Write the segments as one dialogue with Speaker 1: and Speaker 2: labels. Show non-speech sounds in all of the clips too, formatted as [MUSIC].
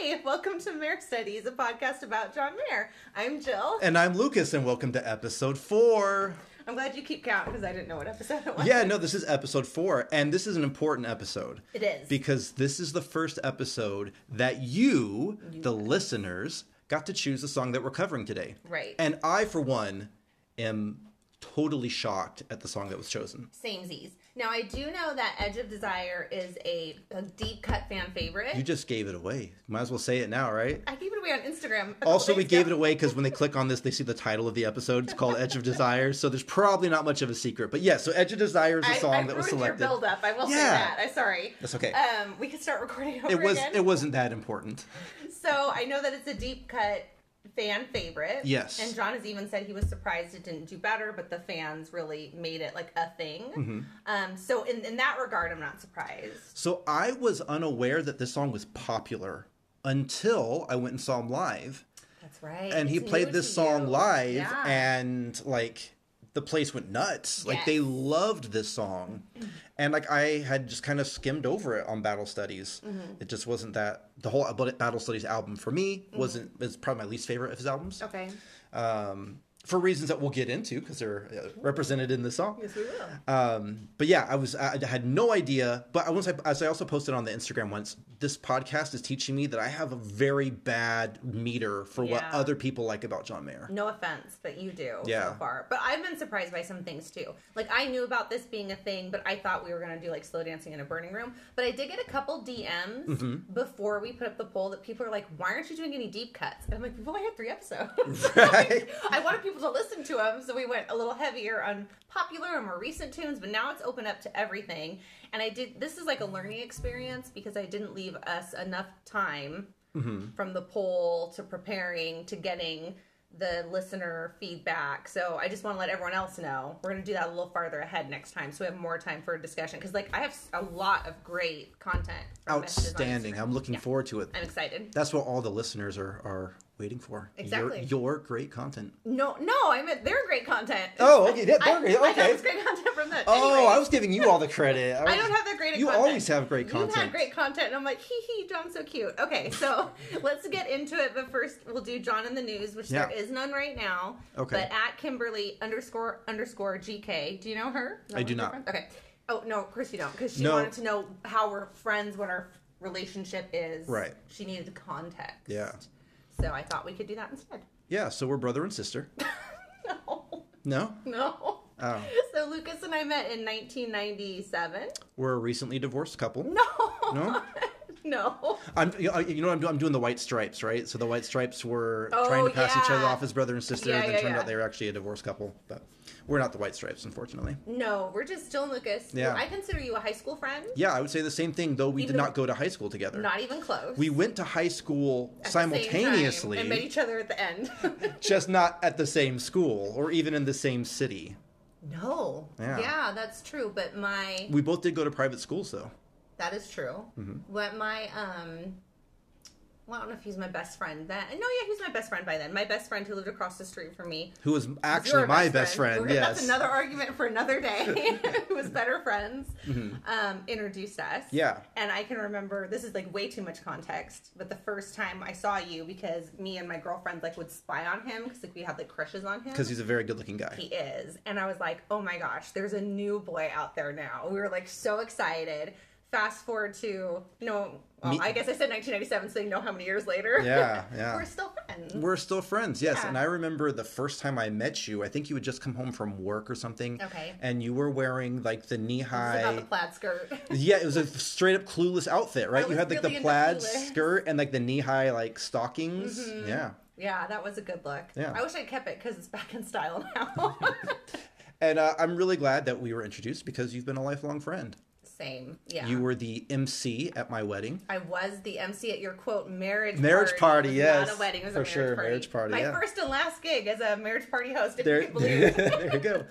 Speaker 1: Hey, welcome to Mare Studies, a podcast about John Mayer. I'm Jill.
Speaker 2: And I'm Lucas, and welcome to episode four.
Speaker 1: I'm glad you keep count because I didn't know what episode it was.
Speaker 2: Yeah, no, this is episode four, and this is an important episode
Speaker 1: It is.
Speaker 2: because this is the first episode that you, the listeners, got to choose the song that we're covering today.
Speaker 1: Right.
Speaker 2: And I, for one, am totally shocked at the song that was chosen.
Speaker 1: Same Z's. Now, I do know that Edge of Desire is a, a deep cut fan favorite.
Speaker 2: You just gave it away. Might as well say it now, right?
Speaker 1: I gave it away on Instagram. a
Speaker 2: Also,
Speaker 1: couple
Speaker 2: we
Speaker 1: days
Speaker 2: gave it
Speaker 1: ago.
Speaker 2: away because when they click on this, they see the title of the episode. It's called Edge of Desire, so there's probably not much of a secret. But yeah, so Edge of Desire is a
Speaker 1: I-
Speaker 2: song
Speaker 1: I
Speaker 2: that was
Speaker 1: ruined
Speaker 2: selected.
Speaker 1: Your build up. I will say
Speaker 2: Yeah.
Speaker 1: that. I'm sorry.
Speaker 2: That's okay.
Speaker 1: Um, we can start recording over
Speaker 2: it was
Speaker 1: again.
Speaker 2: it wasn't that important.
Speaker 1: So I know that it's a deep cut fan favorite.
Speaker 2: Yes.
Speaker 1: And John has even said he was surprised it didn't do better, but the fans really made it like a thing.
Speaker 2: Mm-hmm.
Speaker 1: Um, so in, in that regard, I'm not surprised.
Speaker 2: So I was unaware that this song was popular until I went and saw him live.
Speaker 1: That's right.
Speaker 2: And he
Speaker 1: It's
Speaker 2: played
Speaker 1: new
Speaker 2: this
Speaker 1: to
Speaker 2: song
Speaker 1: you.
Speaker 2: live
Speaker 1: Yeah.
Speaker 2: and like the place went nuts. Like they
Speaker 1: Yes.
Speaker 2: loved this song. And like I had just kind of skimmed over it on Battle Studies.
Speaker 1: Mm-hmm.
Speaker 2: It just wasn't that the whole Battle Studies album for me wasn't it's probably my least favorite of his albums.
Speaker 1: Okay.
Speaker 2: Um for reasons that we'll get into because they're uh, represented in the song.
Speaker 1: Yes, we will.
Speaker 2: Um, but yeah, I was I I had no idea. But I once I, as I also posted on the Instagram once, this podcast is teaching me that I have a very bad meter for what
Speaker 1: Yeah.
Speaker 2: other people like about
Speaker 1: [LAUGHS]
Speaker 2: John Mayer.
Speaker 1: No offense, but you do so
Speaker 2: Yeah.
Speaker 1: far. But I've been surprised by some things too. Like I knew about this being a thing, but I thought we were gonna do like slow dancing in a burning room. But I did get a couple DMs
Speaker 2: Mm-hmm.
Speaker 1: before we put up the poll that people are like, "Why aren't you doing any deep cuts?" And I'm like, "We've only had three episodes.
Speaker 2: Right.
Speaker 1: I wanted people to listen to them, so we went a little heavier on popular and more recent tunes. But now it's open up to everything. And I did. This is like a learning experience because I didn't leave us enough time from the poll to preparing to getting the listener feedback. So I just want to let everyone else know we're going to do that a little farther ahead next time, so we have more time for a discussion. Because like I have s- a lot of great content. from messages on
Speaker 2: Outstanding.
Speaker 1: Instagram.
Speaker 2: I'm looking forward to it.
Speaker 1: I'm excited.
Speaker 2: That's what all the listeners are are waiting for. Your-
Speaker 1: Exactly.
Speaker 2: Your, great content.
Speaker 1: No, no, I meant they're great content.
Speaker 2: Oh, okay. Yeah, they're
Speaker 1: I,
Speaker 2: great.
Speaker 1: I thought
Speaker 2: Okay.
Speaker 1: it was great content from them.
Speaker 2: Oh,
Speaker 1: Anyways,
Speaker 2: I was giving you all the
Speaker 1: [LAUGHS]
Speaker 2: credit.
Speaker 1: I don't have that great.
Speaker 2: You
Speaker 1: content.
Speaker 2: always have great content.
Speaker 1: You had great content, and I'm like, hee hee, John's so cute. Okay,
Speaker 2: [LAUGHS]
Speaker 1: so let's get into it. But first, we'll do John in the news, which there
Speaker 2: Yeah.
Speaker 1: is none right now.
Speaker 2: Okay.
Speaker 1: But at Kimberly underscore underscore GK, do you know her? Is that
Speaker 2: I do
Speaker 1: one of
Speaker 2: not.
Speaker 1: your friends? Okay. Oh no, of course you don't, because she
Speaker 2: No.
Speaker 1: wanted to know how we're friends, what our relationship is.
Speaker 2: Right.
Speaker 1: She needed context.
Speaker 2: Yeah.
Speaker 1: So I thought we could do that instead. [LAUGHS]
Speaker 2: Yeah. So we're brother and sister.
Speaker 1: No.
Speaker 2: No,
Speaker 1: [LAUGHS] No.
Speaker 2: Oh.
Speaker 1: So Lucas and I met in 1997.
Speaker 2: we're a recently divorced couple.
Speaker 1: No.
Speaker 2: No?
Speaker 1: [LAUGHS] no.
Speaker 2: I'm, you know, you know what I'm doing? I'm doing the White Stripes, right? So the White Stripes were
Speaker 1: Oh,
Speaker 2: trying to pass each other
Speaker 1: yeah.
Speaker 2: off as brother and sister,
Speaker 1: Yeah,
Speaker 2: and then
Speaker 1: yeah,
Speaker 2: turned
Speaker 1: yeah.
Speaker 2: out they were actually a divorced couple. But we're not the White Stripes, unfortunately.
Speaker 1: No, we're just Jill and Lucas.
Speaker 2: Yeah.
Speaker 1: I consider you a high school friend.
Speaker 2: Yeah, I would say the same thing, though we
Speaker 1: Even
Speaker 2: did
Speaker 1: though-
Speaker 2: not go to high school together.
Speaker 1: Not even close.
Speaker 2: we went to high school
Speaker 1: At the same time,
Speaker 2: simultaneously,
Speaker 1: and met each other at the end. [LAUGHS]
Speaker 2: just not at the same school or even in the same city.
Speaker 1: no.
Speaker 2: Yeah.
Speaker 1: that's true. But my
Speaker 2: We both did go to private schools, though.
Speaker 1: that is true.
Speaker 2: Mm-hmm.
Speaker 1: What my um. Well, I don't know if he's my best friend then. No, yeah, he was my best friend by then. My best friend who lived across the street from me.
Speaker 2: Who was
Speaker 1: You're
Speaker 2: actually
Speaker 1: a
Speaker 2: my best friend?
Speaker 1: We're-
Speaker 2: yes.
Speaker 1: That's another argument for another
Speaker 2: [LAUGHS]
Speaker 1: day. [LAUGHS] Who was better friends um, introduced us.
Speaker 2: Mm-hmm. Yeah.
Speaker 1: And I can remember this is like way too much context, but the first time I saw you because me and my girlfriend like would spy on him because like we had like crushes on him.
Speaker 2: Because he's a very good-looking guy.
Speaker 1: he is. And I was like, oh my gosh, there's a new boy out there now. We were like so excited. Fast forward to no, well,
Speaker 2: Me-
Speaker 1: I guess I said 1997, so you know how many years later.
Speaker 2: Yeah, yeah.
Speaker 1: we're still friends.
Speaker 2: We're still friends, yes.
Speaker 1: Yeah.
Speaker 2: And I remember the first time I met you, I think you had just come home from work or something.
Speaker 1: Okay.
Speaker 2: And you were wearing like the knee
Speaker 1: This is about the
Speaker 2: high.
Speaker 1: plaid skirt.
Speaker 2: Yeah, it was a straight up clueless outfit, right? You
Speaker 1: was
Speaker 2: had like
Speaker 1: really
Speaker 2: the
Speaker 1: into
Speaker 2: plaid
Speaker 1: Clueless. Mm-hmm.
Speaker 2: skirt and like the knee high like stockings. Yeah.
Speaker 1: Yeah, that was a good look.
Speaker 2: Yeah.
Speaker 1: I wish I kept it because it's back in style
Speaker 2: [LAUGHS]
Speaker 1: now.
Speaker 2: And uh, I'm really glad that we were introduced because you've been a lifelong friend.
Speaker 1: Same. Yeah.
Speaker 2: You were the MC at my wedding.
Speaker 1: I was the MC at your quote marriage
Speaker 2: Marriage
Speaker 1: party.
Speaker 2: party,
Speaker 1: It was Not
Speaker 2: yes.
Speaker 1: a wedding. It was
Speaker 2: For
Speaker 1: a marriage
Speaker 2: sure,
Speaker 1: party.
Speaker 2: marriage party,
Speaker 1: My
Speaker 2: yeah.
Speaker 1: first and last gig as a marriage party host. If
Speaker 2: There,
Speaker 1: you can believe.
Speaker 2: [LAUGHS] there you go.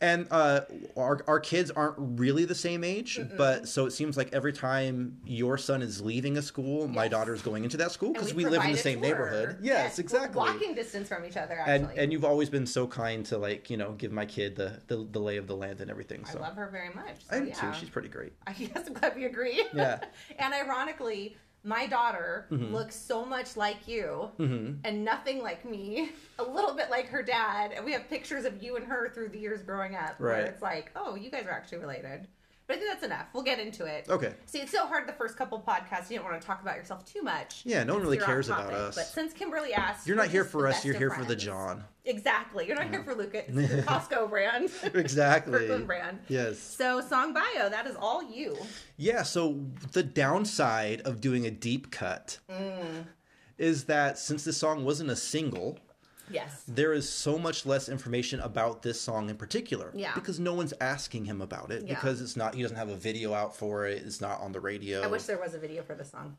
Speaker 2: And uh, our, our kids aren't really the same age, but so it seems like every time your son is leaving a school, my
Speaker 1: Yes.
Speaker 2: daughter's going into that school
Speaker 1: And
Speaker 2: because we live in the
Speaker 1: provided
Speaker 2: same
Speaker 1: for her.
Speaker 2: neighborhood. Yes,
Speaker 1: we're
Speaker 2: exactly.
Speaker 1: Walking distance from each other.
Speaker 2: and
Speaker 1: Actually,
Speaker 2: and you've always been so kind to like you know give my kid the the, the lay of the land and everything. So
Speaker 1: I love her very much. So
Speaker 2: I do
Speaker 1: yeah. [LAUGHS]
Speaker 2: too. She's pretty great.
Speaker 1: I guess I'm glad we agree.
Speaker 2: Yeah. Mm-hmm.
Speaker 1: and ironically, my daughter looks so much like you and nothing like me, [LAUGHS] a little bit like her dad. And we have pictures of you and her through the years growing up. Where
Speaker 2: Right.
Speaker 1: it's like, oh, you guys are actually related. But I think that's enough. We'll get into it.
Speaker 2: Okay.
Speaker 1: See, it's so hard the first couple podcasts. You don't want to talk about yourself too much.
Speaker 2: Yeah, no one really
Speaker 1: You're off
Speaker 2: cares about us.
Speaker 1: But since Kimberly asked,
Speaker 2: You're
Speaker 1: we're
Speaker 2: not here
Speaker 1: just
Speaker 2: for
Speaker 1: the
Speaker 2: us.
Speaker 1: best
Speaker 2: You're
Speaker 1: of
Speaker 2: here for the
Speaker 1: friends.
Speaker 2: John.
Speaker 1: Exactly. You're not here for Lucas.
Speaker 2: [LAUGHS]
Speaker 1: You're Costco brand. [LAUGHS]
Speaker 2: Exactly.
Speaker 1: Kirkland brand.
Speaker 2: Yes.
Speaker 1: So song bio, that is all you.
Speaker 2: Yeah, so the downside of doing a deep cut
Speaker 1: Mm.
Speaker 2: is that since this song wasn't a single,
Speaker 1: Yes.
Speaker 2: there is so much less information about this song in particular.
Speaker 1: Yeah.
Speaker 2: Because no one's asking him about it
Speaker 1: Yeah.
Speaker 2: because it's not he doesn't have a video out for it. It's not on the radio.
Speaker 1: I wish there was a video for the song.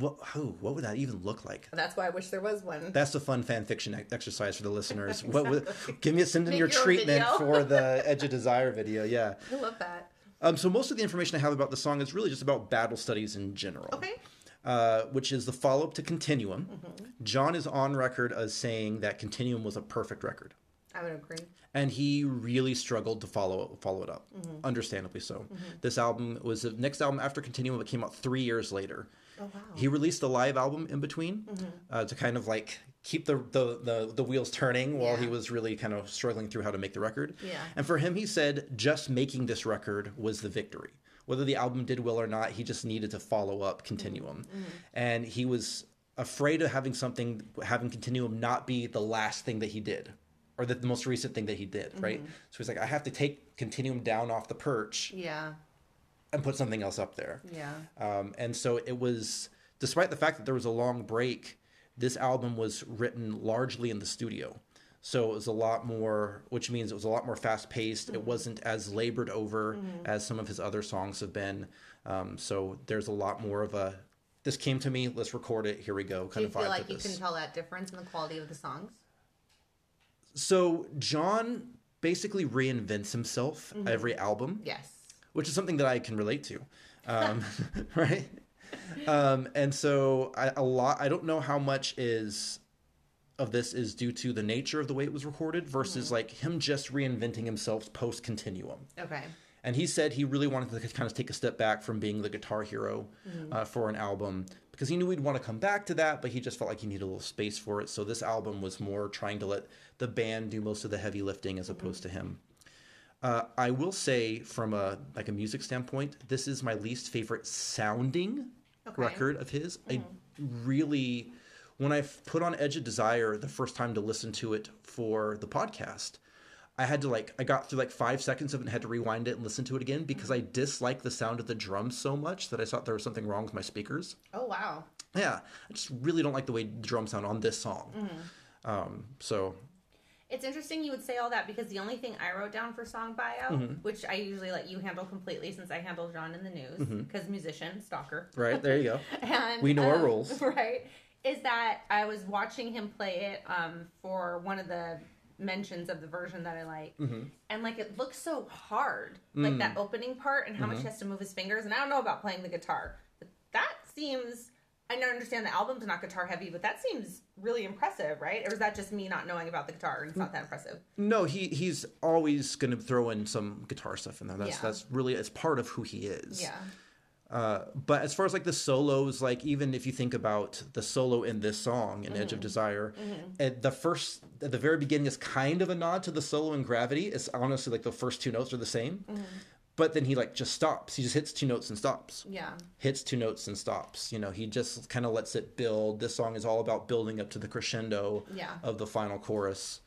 Speaker 2: what, oh, what would that even look like?
Speaker 1: That's why I wish there was one.
Speaker 2: That's a fun fan fiction e- exercise for the listeners. What would give me a send in
Speaker 1: Make
Speaker 2: your
Speaker 1: your own
Speaker 2: treatment
Speaker 1: video. [LAUGHS]
Speaker 2: for the Edge of Desire video? Yeah.
Speaker 1: I love that.
Speaker 2: Um, so most of the information I have about the song is really just about battle studies in general.
Speaker 1: Okay.
Speaker 2: uh, which is the follow up to Continuum. John is on record as saying that Continuum was a perfect record,
Speaker 1: I would agree.
Speaker 2: and he really struggled to follow follow it up, understandably so. This album was the next album after Continuum, that came out three years later.
Speaker 1: Oh wow.
Speaker 2: He released a live album in between
Speaker 1: Mm-hmm.
Speaker 2: uh, to kind of like keep the the, the, the wheels turning while
Speaker 1: Yeah.
Speaker 2: he was really kind of struggling through how to make the record.
Speaker 1: Yeah.
Speaker 2: And for him, he said just making this record was the victory. Whether the album did well or not, he just needed to follow up Continuum,
Speaker 1: Mm-hmm.
Speaker 2: and he was afraid of having something having Continuum not be the last thing that he did. Or the, the most recent thing that he did, right?
Speaker 1: Mm-hmm.
Speaker 2: So he's like, I have to take Continuum down off the perch
Speaker 1: yeah.
Speaker 2: and put something else up there.
Speaker 1: Yeah.
Speaker 2: Um, and so it was, despite the fact that there was a long break, this album was written largely in the studio. So it was a lot more, which means it was a lot more fast paced.
Speaker 1: Mm-hmm.
Speaker 2: It wasn't as labored over as some of his other songs have been. Um, so there's a lot more of a, this came to me, let's record it, here we go
Speaker 1: Do
Speaker 2: kind
Speaker 1: you
Speaker 2: of vibe
Speaker 1: feel
Speaker 2: to
Speaker 1: like you
Speaker 2: this.
Speaker 1: can tell that difference in the quality of the songs?
Speaker 2: So John basically reinvents himself
Speaker 1: Mm-hmm.
Speaker 2: every album.
Speaker 1: Yes.
Speaker 2: which is something that I can relate to, um, [LAUGHS] right? Um, and so I, a lot. I don't know how much is of this is due to the nature of the way it was recorded versus like him just reinventing himself post continuum.
Speaker 1: Okay.
Speaker 2: And he said he really wanted to kind of take a step back from being the guitar hero uh, for an album because he knew we'd want to come back to that, but he just felt like he needed a little space for it. So this album was more trying to let the band do most of the heavy lifting as opposed to him. Uh, I will say, from a like a music standpoint, this is my least favorite sounding
Speaker 1: Okay.
Speaker 2: record of his. I really, when I put on Edge of Desire the first time to listen to it for the podcast, I had to like I got through like five seconds of it and had to rewind it and listen to it again because I dislike the sound of the drums so much that I thought there was something wrong with my speakers.
Speaker 1: Oh wow.
Speaker 2: Yeah, I just really don't like the way the drums sound on this song.
Speaker 1: Mm.
Speaker 2: Um, so
Speaker 1: It's interesting you would say all that because the only thing I wrote down for song bio,
Speaker 2: Mm-hmm.
Speaker 1: which I usually let you handle completely since I handle John in the news
Speaker 2: Mm-hmm.
Speaker 1: because musician stalker.
Speaker 2: right there you
Speaker 1: [LAUGHS]
Speaker 2: go. [LAUGHS]
Speaker 1: and
Speaker 2: We know our
Speaker 1: um,
Speaker 2: roles.
Speaker 1: [LAUGHS] right is that i was watching him play it um, for one of the mentions of the version that i like
Speaker 2: Mm-hmm.
Speaker 1: and like it looks so hard like that opening part and how
Speaker 2: Mm-hmm.
Speaker 1: much he has to move his fingers and i don't know about playing the guitar but that seems i don't understand the album's not guitar heavy but that seems really impressive right or is that just me not knowing about the guitar and it's not that impressive
Speaker 2: No, he he's always going to throw in some guitar stuff in there. That's
Speaker 1: Yeah.
Speaker 2: that's really it's part of who he is.
Speaker 1: yeah
Speaker 2: but as far as like the solos like even if you think about the solo in this song in edge of desire at the first at the very beginning is kind of a nod to the solo in gravity it's honestly like the first two notes are the same but then he like just stops he just hits two notes and stops
Speaker 1: yeah
Speaker 2: hits two notes and stops you know he just kind of lets it build this song is all about building up to the crescendo
Speaker 1: Yeah.
Speaker 2: of the final chorus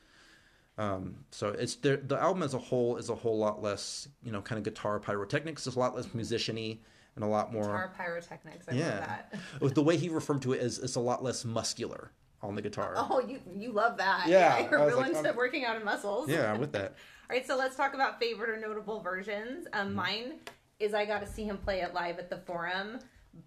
Speaker 2: um, so it's the the album as a whole is a whole lot less you know kind of guitar pyrotechnics it's a lot less musiciany and a lot more
Speaker 1: our pyrotechnics i love
Speaker 2: yeah.
Speaker 1: that [LAUGHS]
Speaker 2: With the way he referred to it is it's a lot less muscular on the guitar.
Speaker 1: oh you you love that
Speaker 2: Yeah,
Speaker 1: [LAUGHS] you're
Speaker 2: I was
Speaker 1: real
Speaker 2: like,
Speaker 1: into
Speaker 2: I'm-
Speaker 1: working out in muscles
Speaker 2: Yeah, with that.
Speaker 1: All right, so let's talk about favorite or notable versions. Um, Mine is I got to see him play it live at the Forum.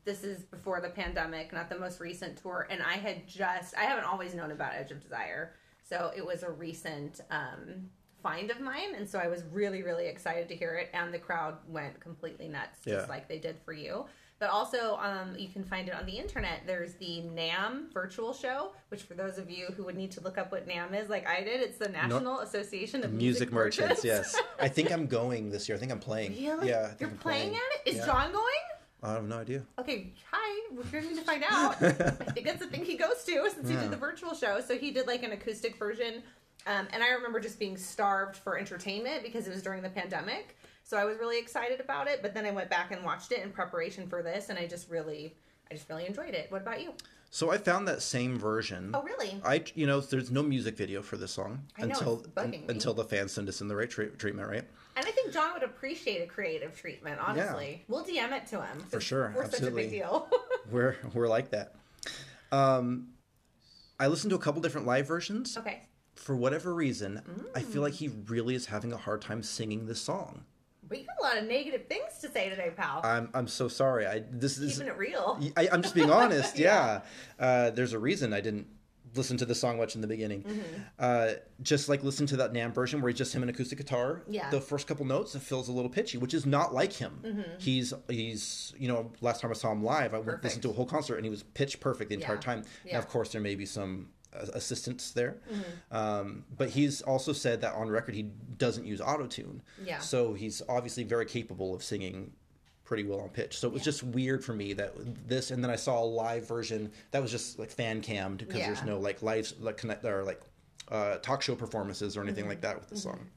Speaker 1: This is before the pandemic, not the most recent tour. And I had just, I haven't always known about Edge of Desire. So it was a recent um, find of mine. And so I was really, really excited to hear it. And the crowd went completely nuts, just
Speaker 2: Yeah.
Speaker 1: like they did for you. But also, um, you can find it on the internet. There's the NAM virtual show, which for those of you who would need to look up what NAM is, like I did, it's the National Association of [LAUGHS]
Speaker 2: Music merchants, yes. I think I'm going this year. I think I'm playing.
Speaker 1: Really?
Speaker 2: Yeah. I think
Speaker 1: You're
Speaker 2: I'm
Speaker 1: playing at it? Is
Speaker 2: Yeah.
Speaker 1: John going?
Speaker 2: I have no idea.
Speaker 1: Okay, hi. We're going to find
Speaker 2: [LAUGHS]
Speaker 1: out. I think that's the thing he goes to since he
Speaker 2: Yeah.
Speaker 1: did the virtual show. So he did like an acoustic version, um, and I remember just being starved for entertainment because it was during the pandemic. So I was really excited about it, but then I went back and watched it in preparation for this, and I just really, I just really enjoyed it. What about you?
Speaker 2: So I found that same version.
Speaker 1: Oh, really?
Speaker 2: I you know there's no music video for this song
Speaker 1: I know,
Speaker 2: until
Speaker 1: it's bugging me.
Speaker 2: until the fans send us in the right tre- treatment, right?
Speaker 1: And I think John would appreciate a creative treatment. Honestly, we'll DM it to him
Speaker 2: For sure,
Speaker 1: We're
Speaker 2: absolutely.
Speaker 1: such a big deal. [LAUGHS]
Speaker 2: We're we're like that. Um, I listened to a couple different live versions.
Speaker 1: okay.
Speaker 2: For whatever reason, I feel
Speaker 1: Mm.
Speaker 2: like he really is having a hard time singing this song.
Speaker 1: But you got a lot of negative things to say today, pal.
Speaker 2: I'm I'm so sorry. I this is
Speaker 1: Keeping it real.
Speaker 2: I, I'm just being
Speaker 1: [LAUGHS]
Speaker 2: honest. yeah. Uh, there's a reason I didn't listen to the song much in the beginning.
Speaker 1: Mm-hmm.
Speaker 2: Uh, just like listen to that Nam version where he's just him and acoustic guitar.
Speaker 1: Yeah. Mm-hmm.
Speaker 2: The first couple notes it feels a little pitchy, which is not like him. He's he's you know last time I saw him live, I went listened to a whole concert and he was pitch perfect the entire
Speaker 1: Yeah.
Speaker 2: time. Now
Speaker 1: Yeah. Mm-hmm.
Speaker 2: of course there may be some uh, assistance there um, but he's also said that on record he doesn't use auto tune
Speaker 1: Yeah.
Speaker 2: so he's obviously very capable of singing pretty well on pitch. So it was just weird for me that this, and then I saw a live version that was just like fan cammed because there's
Speaker 1: Yeah.
Speaker 2: no like live like connect or like uh, talk show performances or anything
Speaker 1: Mm-hmm.
Speaker 2: like that with the song.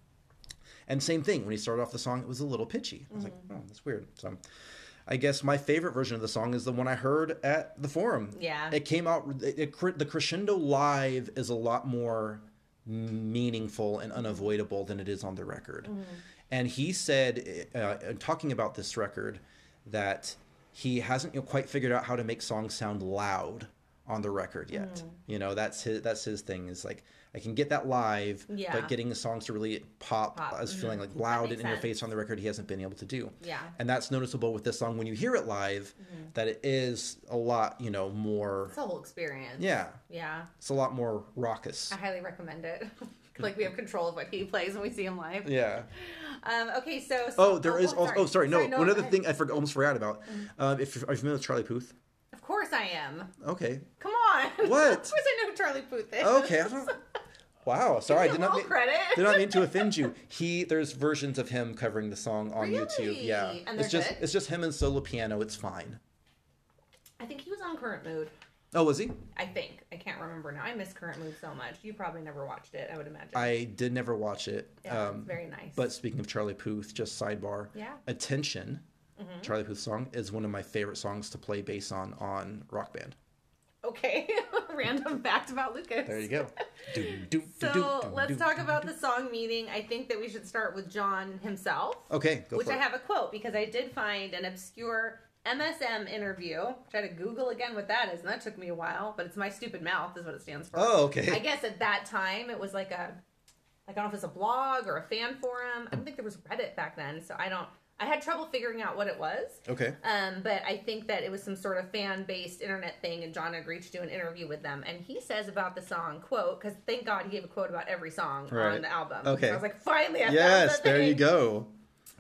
Speaker 2: And same thing when he started off the song, it was a little pitchy. I was
Speaker 1: Mm-hmm.
Speaker 2: like, oh, that's weird. So. I guess my favorite version of the song is the one I heard at the forum.
Speaker 1: Yeah.
Speaker 2: it came out. It, it, cre- the crescendo live is a lot more meaningful and unavoidable than it is on the record.
Speaker 1: Mm.
Speaker 2: And he said, uh, uh, talking about this record, that he hasn't you know, quite figured out how to make songs sound loud on the record yet.
Speaker 1: Mm.
Speaker 2: You know, that's his that's his thing. Is like I can get that live,
Speaker 1: Yeah.
Speaker 2: but getting the songs to really pop,
Speaker 1: Pop, Mm-hmm.
Speaker 2: as feeling like loud and
Speaker 1: makes
Speaker 2: in your
Speaker 1: sense.
Speaker 2: face on the record, he hasn't been able to do.
Speaker 1: Yeah.
Speaker 2: And that's noticeable with this song when you hear it live,
Speaker 1: Mm-hmm.
Speaker 2: that it is a lot, you know, more.
Speaker 1: It's a whole experience.
Speaker 2: Yeah,
Speaker 1: Yeah.
Speaker 2: it's a lot more raucous.
Speaker 1: I highly recommend it. [LAUGHS] like we have control of what he plays when we see him live. [LAUGHS]
Speaker 2: Yeah.
Speaker 1: Um, okay, so,
Speaker 2: Oh, there is.
Speaker 1: oh,
Speaker 2: also, oh, sorry. No, one
Speaker 1: go
Speaker 2: other
Speaker 1: ahead. Mm-hmm.
Speaker 2: thing I forgot, almost forgot about. Uh, if you're, are you familiar with Charlie Puth?
Speaker 1: Of course I am.
Speaker 2: Okay.
Speaker 1: Come on. [LAUGHS]
Speaker 2: What?
Speaker 1: of course I know who Charlie Puth is.
Speaker 2: Okay. I
Speaker 1: [LAUGHS]
Speaker 2: don't, wow. Sorry, I
Speaker 1: Give
Speaker 2: did
Speaker 1: him
Speaker 2: not
Speaker 1: all
Speaker 2: mean,
Speaker 1: credit.
Speaker 2: did not mean to
Speaker 1: [LAUGHS]
Speaker 2: offend you. He there's versions of him covering the song on YouTube.
Speaker 1: Really?
Speaker 2: Yeah.
Speaker 1: And
Speaker 2: it's
Speaker 1: they're
Speaker 2: just
Speaker 1: good?
Speaker 2: it's just him and solo piano. It's fine.
Speaker 1: I think he was on Current Mood.
Speaker 2: Oh, was he?
Speaker 1: I think. I can't remember now. I miss Current Mood so much. You probably never watched it, I would imagine.
Speaker 2: I did never watch it.
Speaker 1: yeah,
Speaker 2: um,
Speaker 1: it's very nice.
Speaker 2: But speaking of Charlie Puth, just sidebar.
Speaker 1: Yeah. Mm-hmm.
Speaker 2: Attention, Charlie Puth song is one of my favorite songs to play bass on on Rock Band.
Speaker 1: okay, [LAUGHS] random fact about Lucas.
Speaker 2: There you [LAUGHS] go. Doom, doom,
Speaker 1: So
Speaker 2: doom, doom,
Speaker 1: let's
Speaker 2: doom,
Speaker 1: talk
Speaker 2: doom.
Speaker 1: about the song meaning. I think that we should start with John himself.
Speaker 2: Okay, Oh, go
Speaker 1: which
Speaker 2: for
Speaker 1: I
Speaker 2: it.
Speaker 1: have a quote because I did find an obscure MSM interview. Try to Google again what that is, and that took me a while. But it's my stupid mouth is what it stands for.
Speaker 2: Oh, okay.
Speaker 1: I guess at that time it was like a, like I don't know if it's a blog or a fan forum. I
Speaker 2: Mm.
Speaker 1: don't think there was Reddit back then, so I don't. I had trouble figuring out what it was.
Speaker 2: okay.
Speaker 1: Um, but [LAUGHS] I think that it was some sort of fan-based internet thing, and John agreed to do an interview with them. And he says about the song quote because thank God he gave a quote about every song
Speaker 2: Right.
Speaker 1: on the album.
Speaker 2: Okay.
Speaker 1: so I was like, finally, I found
Speaker 2: Yes,
Speaker 1: the
Speaker 2: there you
Speaker 1: thing.
Speaker 2: go.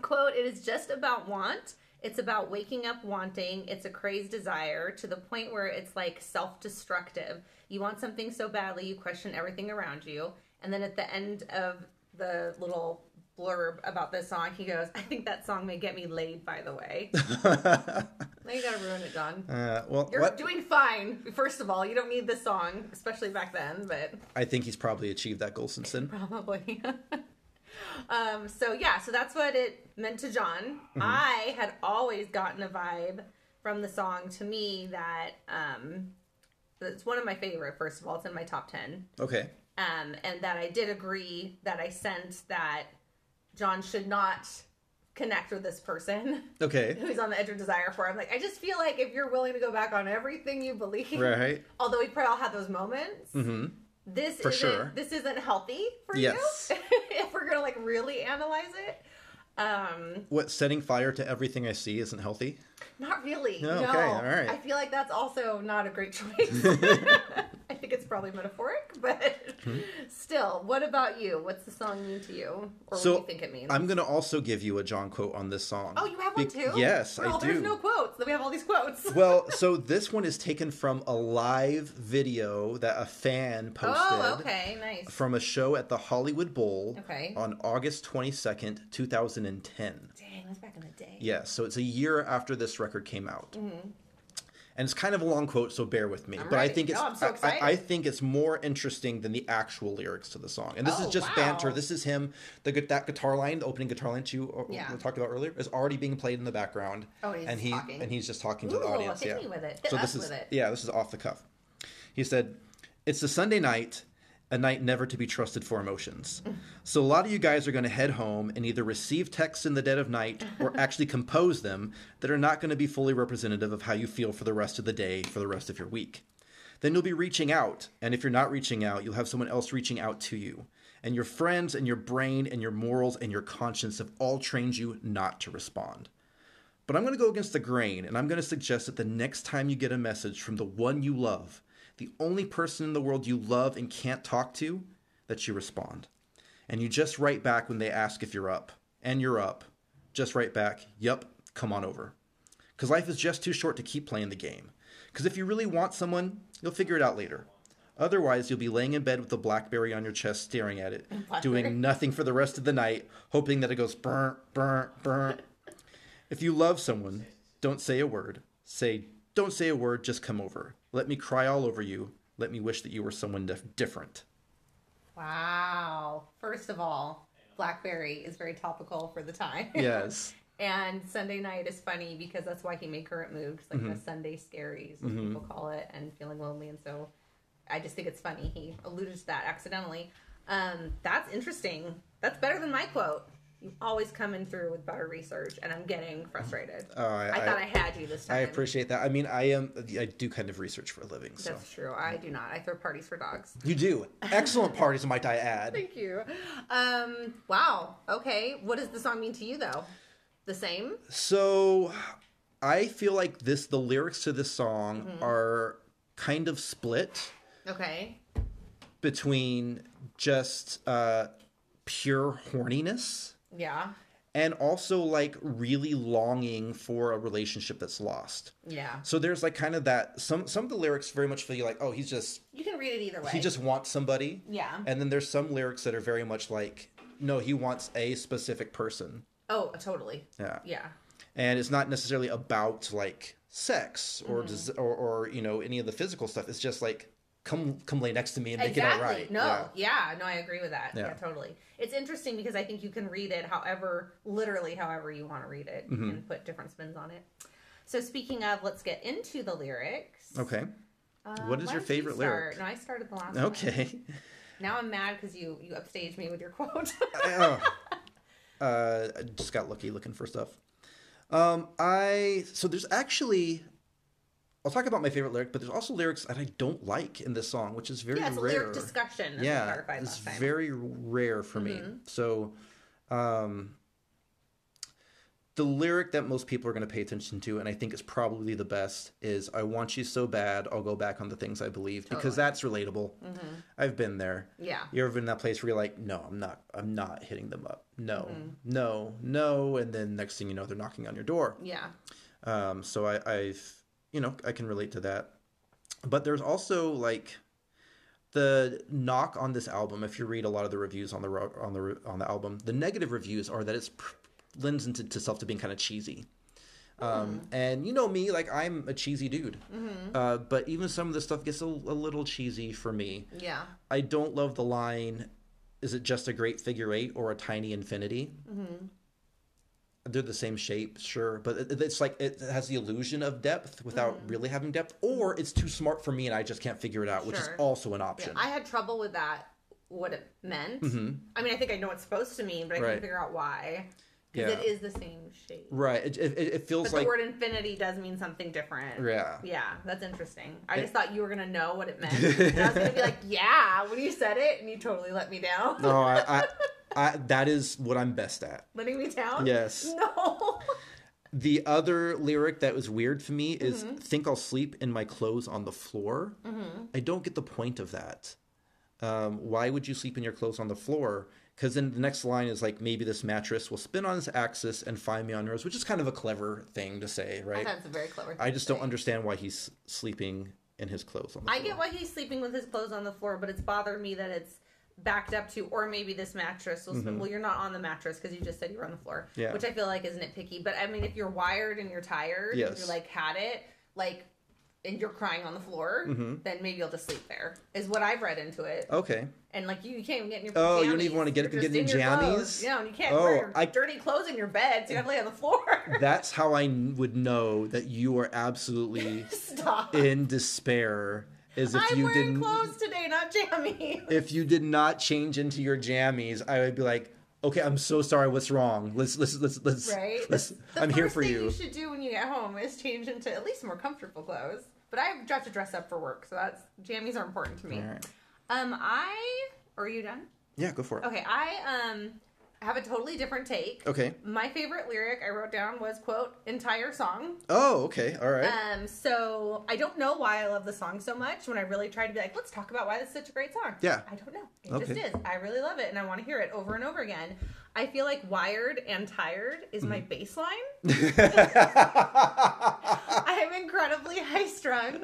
Speaker 1: Quote, it is just about want. It's about waking up wanting. It's a crazed desire to the point where it's like self destructive. You want something so badly, you question everything around you. And then at the end of the little blurb about this song, he goes, I think that song may get me laid, by the
Speaker 2: [LAUGHS]
Speaker 1: way. now you gotta ruin it, John.
Speaker 2: Uh, well,
Speaker 1: You're
Speaker 2: what?
Speaker 1: doing fine, first of all. You don't need this song, especially back then, but.
Speaker 2: I think he's probably achieved that goal since
Speaker 1: [LAUGHS]
Speaker 2: then.
Speaker 1: Probably. um, so yeah, so that's what it meant to John. I had always gotten a vibe from the song to me that um it's one of my favorite, first of all, it's in my top ten.
Speaker 2: Okay.
Speaker 1: Um, and that I did agree that I sensed that John should not connect with this person [LAUGHS]
Speaker 2: Okay.
Speaker 1: who's on the edge of desire for. I'm like, I just feel like if you're willing to go back on everything you believe,
Speaker 2: Right.
Speaker 1: although we probably all have those moments. This
Speaker 2: Mm-hmm. For
Speaker 1: isn't
Speaker 2: sure.
Speaker 1: this isn't healthy for
Speaker 2: Yes.
Speaker 1: you. [LAUGHS] if we're gonna like really analyze it, um,
Speaker 2: What setting fire to everything I see isn't healthy?
Speaker 1: not really.
Speaker 2: No,
Speaker 1: No,
Speaker 2: okay, all right.
Speaker 1: I feel like that's also not a great
Speaker 2: [LAUGHS]
Speaker 1: choice. I think it's probably metaphoric, but
Speaker 2: Mm-hmm.
Speaker 1: still. What about you? What's the song mean to you, or
Speaker 2: So,
Speaker 1: what do you think it means?
Speaker 2: I'm gonna also give you a John quote on this song.
Speaker 1: oh, you have one
Speaker 2: Be-
Speaker 1: too.
Speaker 2: Yes,
Speaker 1: Girl,
Speaker 2: I do.
Speaker 1: There's no quotes. Then we have all these quotes.
Speaker 2: well, so this one is taken from a live video that a fan posted
Speaker 1: [LAUGHS] oh, okay, nice.
Speaker 2: from a show at the Hollywood Bowl
Speaker 1: Okay.
Speaker 2: on August 22nd, 2010.
Speaker 1: Dang, that's back in the day.
Speaker 2: Yeah, so it's a year after this record came out.
Speaker 1: Mm-hmm.
Speaker 2: And it's kind of a long quote, so bear with me.
Speaker 1: I'm
Speaker 2: but I
Speaker 1: ready.
Speaker 2: think it's
Speaker 1: No, I'm so
Speaker 2: I- I,
Speaker 1: excited.
Speaker 2: I think it's more interesting than the actual lyrics to the song. And this is
Speaker 1: Oh,
Speaker 2: just
Speaker 1: wow.
Speaker 2: banter. This is him. The gu- that guitar line, the opening guitar line that you uh,
Speaker 1: Yeah.
Speaker 2: we talked about earlier, is already being played in the background.
Speaker 1: Oh, he's
Speaker 2: and he
Speaker 1: talking.
Speaker 2: and he's just talking to the
Speaker 1: Ooh,
Speaker 2: audience.
Speaker 1: hit
Speaker 2: Yeah.
Speaker 1: me with it. Hit
Speaker 2: so
Speaker 1: us
Speaker 2: this is
Speaker 1: with it.
Speaker 2: yeah, this is off the cuff. He said, It's a Sunday night, a night never to be trusted for emotions. So a lot of you guys are going to head home and either receive texts in the dead of night
Speaker 1: [LAUGHS]
Speaker 2: or actually compose them that are not going to be fully representative of how you feel for the rest of the day, for the rest of your week. Then you'll be reaching out. And if you're not reaching out, you'll have someone else reaching out to you. And your friends and your brain and your morals and your conscience have all trained you not to respond. But I'm going to go against the grain and I'm going to suggest that the next time you get a message from the one you love, the only person in the world you love and can't talk to, that you respond. And you just write back when they ask if you're up. And you're up. Just write back, yup, come on over. Because life is just too short to keep playing the game. Because if you really want someone, you'll figure it out later. Otherwise, you'll be laying in bed with a blackberry on your chest, staring at it, doing nothing for the rest of the night, hoping that it goes burn, burn, burn. If you love someone, don't say a word. Say, don't say a word, just come over. Let me cry all over you. Let me wish that you were someone dif- different.
Speaker 1: Wow. First of all, Blackberry is very topical for the
Speaker 2: [LAUGHS]
Speaker 1: time.
Speaker 2: Yes.
Speaker 1: and Sunday night is funny because that's why he made current moves, like
Speaker 2: Mm-hmm.
Speaker 1: the Sunday scaries, as people call it, and feeling lonely. And so I just think it's funny. He alluded to that accidentally. Um, that's interesting. That's better than my quote. You always come in through with better research, and I'm getting frustrated.
Speaker 2: Mm-hmm. Oh, I-
Speaker 1: I, thought
Speaker 2: I-
Speaker 1: I had you this time.
Speaker 2: I appreciate that. I mean, I am. I do kind of research for a living, so
Speaker 1: That's true. I do not. I throw parties for dogs.
Speaker 2: you do
Speaker 1: [LAUGHS]
Speaker 2: excellent parties, might I add.
Speaker 1: Thank you. Um, wow. Okay. What does the song mean to you, though? The same?
Speaker 2: So, I feel like this. The lyrics to this song
Speaker 1: Mm-hmm.
Speaker 2: are kind of split
Speaker 1: Okay.
Speaker 2: between just uh, pure horniness
Speaker 1: Yeah.
Speaker 2: and also like really longing for a relationship that's lost.
Speaker 1: Yeah.
Speaker 2: So there's like kind of that. Some some of the lyrics very much feel like, oh, he's just
Speaker 1: You can read it either way.
Speaker 2: he just wants somebody.
Speaker 1: Yeah.
Speaker 2: And then there's some lyrics that are very much like, no, he wants a specific person.
Speaker 1: Oh, totally.
Speaker 2: Yeah.
Speaker 1: Yeah.
Speaker 2: And it's not necessarily about like sex or,
Speaker 1: Mm-hmm.
Speaker 2: des- or or you know any of the physical stuff. It's just like come come lay next to me and make
Speaker 1: exactly.
Speaker 2: it all right.
Speaker 1: No.
Speaker 2: Yeah.
Speaker 1: Yeah. No, I agree with that.
Speaker 2: Yeah.
Speaker 1: Yeah. Totally. It's interesting because I think you can read it however, literally however you want to read it
Speaker 2: Mm-hmm.
Speaker 1: and put different spins on it. So speaking of, let's get into the lyrics.
Speaker 2: Okay. [LAUGHS]
Speaker 1: Um,
Speaker 2: Oh, What is
Speaker 1: why don't
Speaker 2: your
Speaker 1: you
Speaker 2: favorite
Speaker 1: start?
Speaker 2: lyric?
Speaker 1: No, I started the last. one.
Speaker 2: Okay.
Speaker 1: Now I'm mad because you you upstaged me with your quote.
Speaker 2: oh. [LAUGHS] Uh, I just got lucky looking for stuff. Um, I so there's actually, I'll talk about my favorite lyric, but there's also lyrics that I don't like in this song, which
Speaker 1: [LAUGHS]
Speaker 2: is very
Speaker 1: yeah, it's a
Speaker 2: rare.
Speaker 1: lyric discussion. as we
Speaker 2: yeah,
Speaker 1: clarified
Speaker 2: it's
Speaker 1: last time. Mm-hmm.
Speaker 2: very rare for me. So, um, the lyric that most people are going to pay attention to, and I think is probably the best, is "I want you so bad, I'll go back on the things I believed," because that's relatable.
Speaker 1: Mm-hmm.
Speaker 2: I've been there.
Speaker 1: Yeah.
Speaker 2: You ever been in that place where you're like, no, I'm not, I'm not hitting them up. No, no, no. And then next thing you know, they're knocking on your door.
Speaker 1: Yeah.
Speaker 2: Um, so I, I've, you know, I can relate to that. But there's also like the knock on this album. If you read a lot of the reviews on the ro- on the re- on the album, the negative reviews are that it's pr- lends into itself to being kind of cheesy. Um, and you know me, like I'm a cheesy dude. Uh, but even some of the stuff gets a, a little cheesy for me.
Speaker 1: Yeah.
Speaker 2: I don't love the line. Is it just a great figure eight or a tiny infinity? Mm-hmm. They're the same shape, sure, but it- it's like it has the illusion of depth without
Speaker 1: Mm.
Speaker 2: really having depth, or it's too smart for me and I just can't figure it out, which is
Speaker 1: Sure.
Speaker 2: also an option. Mm-hmm.
Speaker 1: I had trouble with that, what it meant. I mean, I think I know what it's supposed to mean, but I
Speaker 2: Right.
Speaker 1: couldn't figure out why. Because
Speaker 2: Yeah.
Speaker 1: it is the same shape.
Speaker 2: right? It, it, it it feels
Speaker 1: But
Speaker 2: like
Speaker 1: the word infinity does mean something different. [LAUGHS]
Speaker 2: yeah.
Speaker 1: Yeah, that's interesting. I just thought you were going to know what it
Speaker 2: [LAUGHS]
Speaker 1: meant. and I was going to be like, yeah, when you said it, and you totally let me down.
Speaker 2: No, I, I, I that is what I'm best at.
Speaker 1: [LAUGHS] Letting me down?
Speaker 2: Yes.
Speaker 1: [LAUGHS] No.
Speaker 2: The other lyric that was weird for me is
Speaker 1: Mm-hmm.
Speaker 2: "Think I'll sleep in my clothes on the floor." I don't get the point of that. Um, why would you sleep in your clothes on the floor? Because then the next line is like, "Maybe this mattress will spin on its axis and find me on yours," which is kind of a clever thing to say, right?
Speaker 1: that's a very clever thing
Speaker 2: I just
Speaker 1: to
Speaker 2: don't
Speaker 1: say.
Speaker 2: understand why he's sleeping in his clothes on the
Speaker 1: I
Speaker 2: floor.
Speaker 1: get why he's sleeping with his clothes on the floor, but it's bothered me that it's backed up to, or maybe this mattress was, well, you're not on the mattress because you just said you were on the floor,
Speaker 2: Mm-hmm. Yeah.
Speaker 1: which I feel like is nitpicky. But I mean, if you're wired and you're tired, and
Speaker 2: Yes.
Speaker 1: you're like had it, like, and you're crying on the floor,
Speaker 2: Mm-hmm.
Speaker 1: then maybe you'll just sleep there, is what I've read into it.
Speaker 2: Okay.
Speaker 1: And like, you, you can't even get in your
Speaker 2: Oh, you don't
Speaker 1: jammies.
Speaker 2: even wanna get-
Speaker 1: You're
Speaker 2: get
Speaker 1: just
Speaker 2: in your
Speaker 1: clothes.
Speaker 2: jammies?
Speaker 1: Yeah, and you can't
Speaker 2: Oh,
Speaker 1: wear your
Speaker 2: I-
Speaker 1: dirty clothes in your bed, so you gotta lay on the floor. [LAUGHS]
Speaker 2: That's how I kn- would know that you are
Speaker 1: [LAUGHS]
Speaker 2: absolutely
Speaker 1: Stop.
Speaker 2: in despair is if
Speaker 1: I'm
Speaker 2: you
Speaker 1: wearing
Speaker 2: didn't
Speaker 1: clothes today, not jammies.
Speaker 2: if you did not change into your jammies, I would be like, "Okay, I'm so sorry. What's wrong? Let's let's let's [LAUGHS] let's,
Speaker 1: Right?
Speaker 2: let's
Speaker 1: The
Speaker 2: I'm here
Speaker 1: first
Speaker 2: for
Speaker 1: thing
Speaker 2: you."
Speaker 1: You should do when you get home is change into at least more comfortable clothes. But I have to dress up for work, so that's jammies are important to me.
Speaker 2: All right.
Speaker 1: Um, I are you done?
Speaker 2: Yeah, go for it.
Speaker 1: Okay, I um have a totally different take.
Speaker 2: Okay.
Speaker 1: My favorite lyric I wrote down was quote entire song.
Speaker 2: Oh, okay. All right.
Speaker 1: Um, so I don't know why I love the song so much. When I really tried to be like, let's talk about why this is such a great song.
Speaker 2: Yeah.
Speaker 1: I don't know. It
Speaker 2: Okay.
Speaker 1: just is. I really love it, and I want to hear it over and over again. I feel like wired and tired is my
Speaker 2: Mm-hmm. [LAUGHS]
Speaker 1: baseline. [LAUGHS] I am incredibly high strung.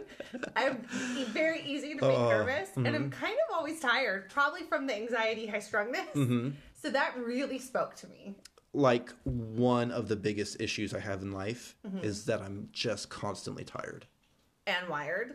Speaker 1: I'm e- very easy to make
Speaker 2: Oh,
Speaker 1: nervous, and I'm kind of always tired, probably from the anxiety high strungness.
Speaker 2: Mm-hmm.
Speaker 1: So that really spoke to me.
Speaker 2: like one of the biggest issues I have in life
Speaker 1: Mm-hmm.
Speaker 2: is that I'm just constantly tired.
Speaker 1: And wired.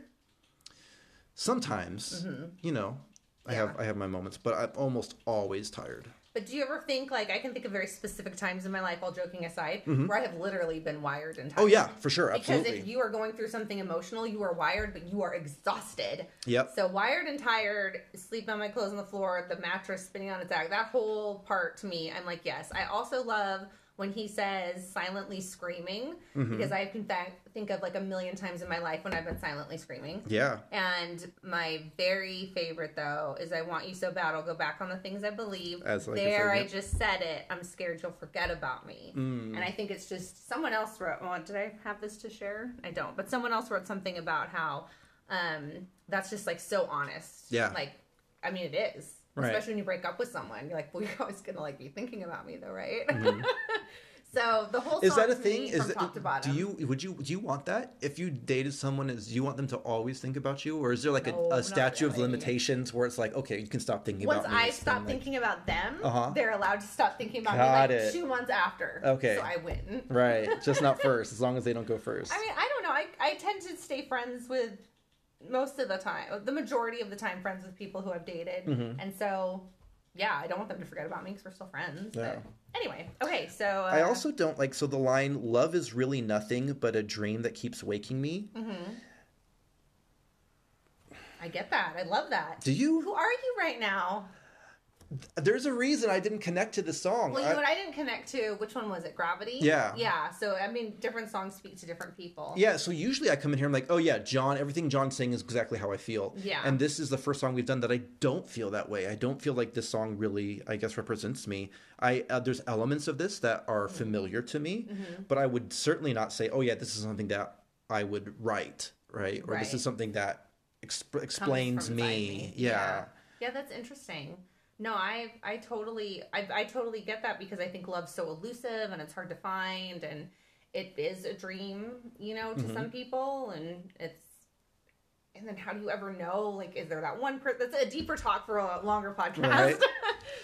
Speaker 2: Sometimes,
Speaker 1: Mm-hmm.
Speaker 2: you know, I have I have my moments, but I'm almost always tired.
Speaker 1: But do you ever think like I can think of very specific times in my life, all joking aside, where I have literally been wired and tired.
Speaker 2: Mm-hmm. Oh yeah, for sure,
Speaker 1: Because
Speaker 2: absolutely.
Speaker 1: if you are going through something emotional, you are wired, but you are exhausted.
Speaker 2: Yep.
Speaker 1: So wired and tired, sleep on my clothes on the floor, the mattress spinning on its back, that whole part to me, I'm like, yes. I also love when he says silently screaming,
Speaker 2: Mm-hmm.
Speaker 1: because I can th- think of like a million times in my life when I've been silently screaming.
Speaker 2: yeah.
Speaker 1: And my very favorite though is I want you so bad. I'll go back on the things I believe.
Speaker 2: As like I said,
Speaker 1: there, I
Speaker 2: yep. Mm.
Speaker 1: just said it. I'm scared you'll forget about me. And I think it's just someone else wrote. Well, did I have this to share? I don't. But someone else wrote something about how um, that's just like so honest.
Speaker 2: Yeah.
Speaker 1: Like, I mean, it is.
Speaker 2: Right.
Speaker 1: Especially when you break up with someone, you're like, well, you're always gonna like be thinking about me though, right? [LAUGHS] so the whole
Speaker 2: Mm-hmm. Is that
Speaker 1: song
Speaker 2: a
Speaker 1: to
Speaker 2: thing?
Speaker 1: me,
Speaker 2: Is
Speaker 1: from
Speaker 2: that,
Speaker 1: top to bottom.
Speaker 2: do you would you do you want that if you dated someone? Is do you want them to always think about you, or is there like
Speaker 1: No,
Speaker 2: a, a
Speaker 1: not
Speaker 2: statue of
Speaker 1: really.
Speaker 2: limitations where it's like, okay, you can stop thinking
Speaker 1: Once
Speaker 2: about me.
Speaker 1: I
Speaker 2: It's been,
Speaker 1: stop
Speaker 2: like-
Speaker 1: thinking about them,
Speaker 2: Uh-huh.
Speaker 1: they're allowed to stop thinking about
Speaker 2: Got
Speaker 1: me like
Speaker 2: it.
Speaker 1: two months after.
Speaker 2: Okay.
Speaker 1: So I win.
Speaker 2: [LAUGHS] right, just not first. As long as they don't go first.
Speaker 1: I mean, I don't know. I, I tend to stay friends with most of the time, the majority of the time, friends with people who I've dated.
Speaker 2: Mm-hmm.
Speaker 1: And so, yeah, I don't want them to forget about me because we're still friends.
Speaker 2: Yeah.
Speaker 1: But anyway, okay, so. Uh,
Speaker 2: I also don't like so the line "love is really nothing but a dream that keeps waking me."
Speaker 1: Mm-hmm. I get that. I love that.
Speaker 2: Do you?
Speaker 1: who are you right now?
Speaker 2: There's a reason I didn't connect to the song.
Speaker 1: Well, you
Speaker 2: I-
Speaker 1: know what I didn't connect to? Which one was it? Gravity?
Speaker 2: Yeah.
Speaker 1: Yeah. So, I mean, different songs speak to different people.
Speaker 2: yeah, so usually I come in here, I'm like, oh yeah, John, everything John's saying is exactly how I feel.
Speaker 1: Yeah.
Speaker 2: And this is the first song we've done that I don't feel that way. I don't feel like this song really, I guess, represents me. I uh, there's elements of this that are familiar to me,
Speaker 1: Mm-hmm.
Speaker 2: but I would certainly not say, oh yeah, this is something that I would write, right? Or this
Speaker 1: Right.
Speaker 2: is something that exp-
Speaker 1: comes
Speaker 2: explains
Speaker 1: from
Speaker 2: me.
Speaker 1: inside
Speaker 2: yeah.
Speaker 1: Yeah, that's interesting. No, I I totally I, I totally get that because I think love's so elusive and it's hard to find and it is a dream, you know,
Speaker 2: Mm-hmm.
Speaker 1: to some people and it's and then how do you ever know like is there that one person that's a deeper talk for a longer podcast. [LAUGHS]
Speaker 2: Right.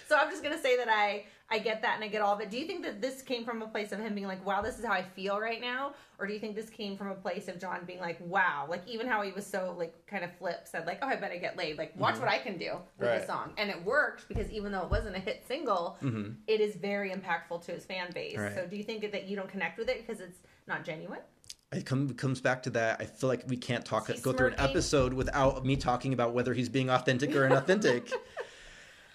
Speaker 1: so I'm just going to say that I I get that and I get all of it. Do you think that this came from a place of him being like, "Wow, this is how I feel right now?" Or do you think this came from a place of John being like, "Wow," like even how he was so like kind of flip said like, "Oh, I bet I get laid." Like, watch what I can do with
Speaker 2: Mm-hmm. Right.
Speaker 1: this song. And it worked because even though it wasn't a hit single, it is very impactful to his fan base.
Speaker 2: Mm-hmm. Right.
Speaker 1: So do you think that you don't connect with it because it's not genuine?
Speaker 2: It come, comes back to that. I feel like we can't talk
Speaker 1: Is he
Speaker 2: go through an
Speaker 1: smirking?
Speaker 2: episode without me talking about whether he's being authentic
Speaker 1: [LAUGHS]
Speaker 2: or inauthentic.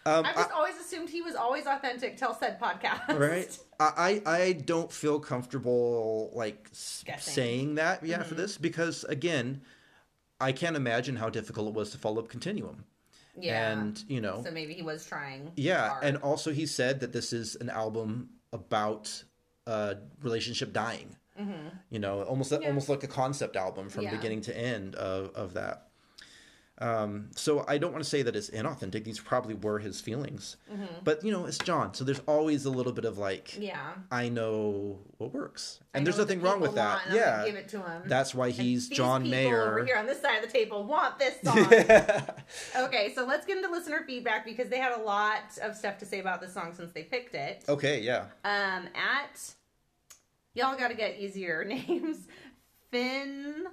Speaker 2: um,
Speaker 1: I've just always assumed he was always authentic till said podcast.
Speaker 2: right I, I I don't feel comfortable like s-
Speaker 1: Guessing. Mm-hmm.
Speaker 2: saying that yeah for this because again i can't imagine how difficult it was to follow up continuum
Speaker 1: [LAUGHS] Yeah.
Speaker 2: and you know
Speaker 1: so maybe he was trying.
Speaker 2: yeah
Speaker 1: hard.
Speaker 2: and also he said that this is an album about uh relationship dying you know almost almost like a concept album from
Speaker 1: Mm-hmm. Yeah.
Speaker 2: beginning to end of, of that Um, so I don't want to say that it's inauthentic. These probably were his feelings,
Speaker 1: Mm-hmm.
Speaker 2: but you know, it's John. So there's always a little bit of like,
Speaker 1: Yeah.
Speaker 2: I know what works,
Speaker 1: I
Speaker 2: and there's
Speaker 1: know what the
Speaker 2: nothing wrong
Speaker 1: people
Speaker 2: with that.
Speaker 1: want, and I'm gonna
Speaker 2: yeah,
Speaker 1: give it to 'em.
Speaker 2: that's why he's
Speaker 1: These
Speaker 2: John
Speaker 1: people
Speaker 2: Mayer. [LAUGHS]
Speaker 1: over here on this side of the table want this song. Okay, so let's get into listener feedback because they had a lot of stuff to say about this song since they picked it.
Speaker 2: okay, yeah.
Speaker 1: Um, at y'all got to get easier [LAUGHS] names. Finn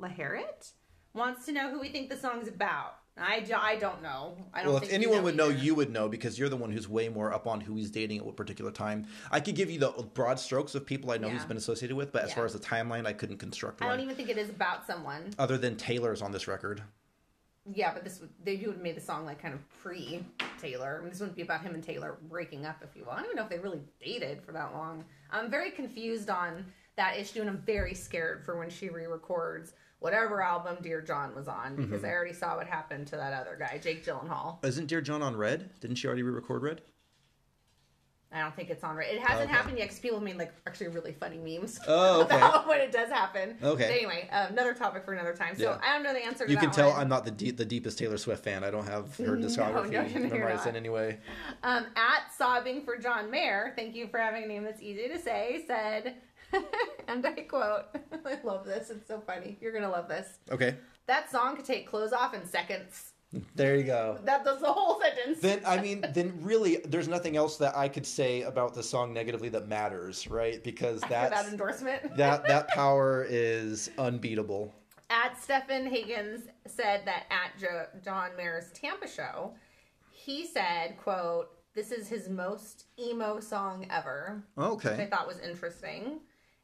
Speaker 1: Laharit wants to know who we think the song's about. I, do, I don't know. I don't.
Speaker 2: Well, if
Speaker 1: think we
Speaker 2: anyone would know,
Speaker 1: either.
Speaker 2: you would know because you're the one who's way more up on who he's dating at what particular time. I could give you the broad strokes of people I know he's
Speaker 1: Yeah.
Speaker 2: been associated with, but as
Speaker 1: Yeah.
Speaker 2: far as the timeline, I couldn't construct
Speaker 1: I
Speaker 2: one.
Speaker 1: don't even think it is about someone.
Speaker 2: Other than Taylor's on this record.
Speaker 1: Yeah, but this would- they would have made the song like kind of pre Taylor. I mean, this wouldn't be about him and Taylor breaking up, if you will. I don't even know if they really dated for that long. I'm very confused on that issue, and I'm very scared for when she re-records whatever album Dear John was on
Speaker 2: Mm-hmm.
Speaker 1: because I already saw what happened to that other guy, Jake Gyllenhaal.
Speaker 2: Isn't Dear John on Red? Didn't she already re-record Red?
Speaker 1: I don't think it's on right. It hasn't
Speaker 2: Okay.
Speaker 1: happened yet because people have made like actually really funny memes.
Speaker 2: Oh,
Speaker 1: [LAUGHS]
Speaker 2: okay.
Speaker 1: about when it does happen.
Speaker 2: Okay.
Speaker 1: But anyway, uh, another topic for another time. So
Speaker 2: Yeah.
Speaker 1: I don't know the answer. to
Speaker 2: You
Speaker 1: that
Speaker 2: can tell
Speaker 1: one.
Speaker 2: I'm not the deep, the deepest Taylor Swift fan. I don't have her
Speaker 1: [LAUGHS]
Speaker 2: discography
Speaker 1: no, you're not.
Speaker 2: memorized in any way.
Speaker 1: Um, at sobbing for John Mayer, thank you for having a name that's easy to say, said, [LAUGHS] and I quote, [LAUGHS] I love this, it's so funny. You're gonna love this.
Speaker 2: Okay,
Speaker 1: That song could take clothes off in seconds.
Speaker 2: there you go.
Speaker 1: That that's the whole sentence.
Speaker 2: Then I mean, then really, there's nothing else that I could say about the song negatively that matters, right? Because
Speaker 1: for that
Speaker 2: that's
Speaker 1: endorsement.
Speaker 2: [LAUGHS] that that power is unbeatable.
Speaker 1: [LAUGHS] at Stefan Higgins said that at jo- John Mayer's Tampa show, he said, quote, this is his most emo song ever. which I
Speaker 2: Okay.
Speaker 1: thought was interesting.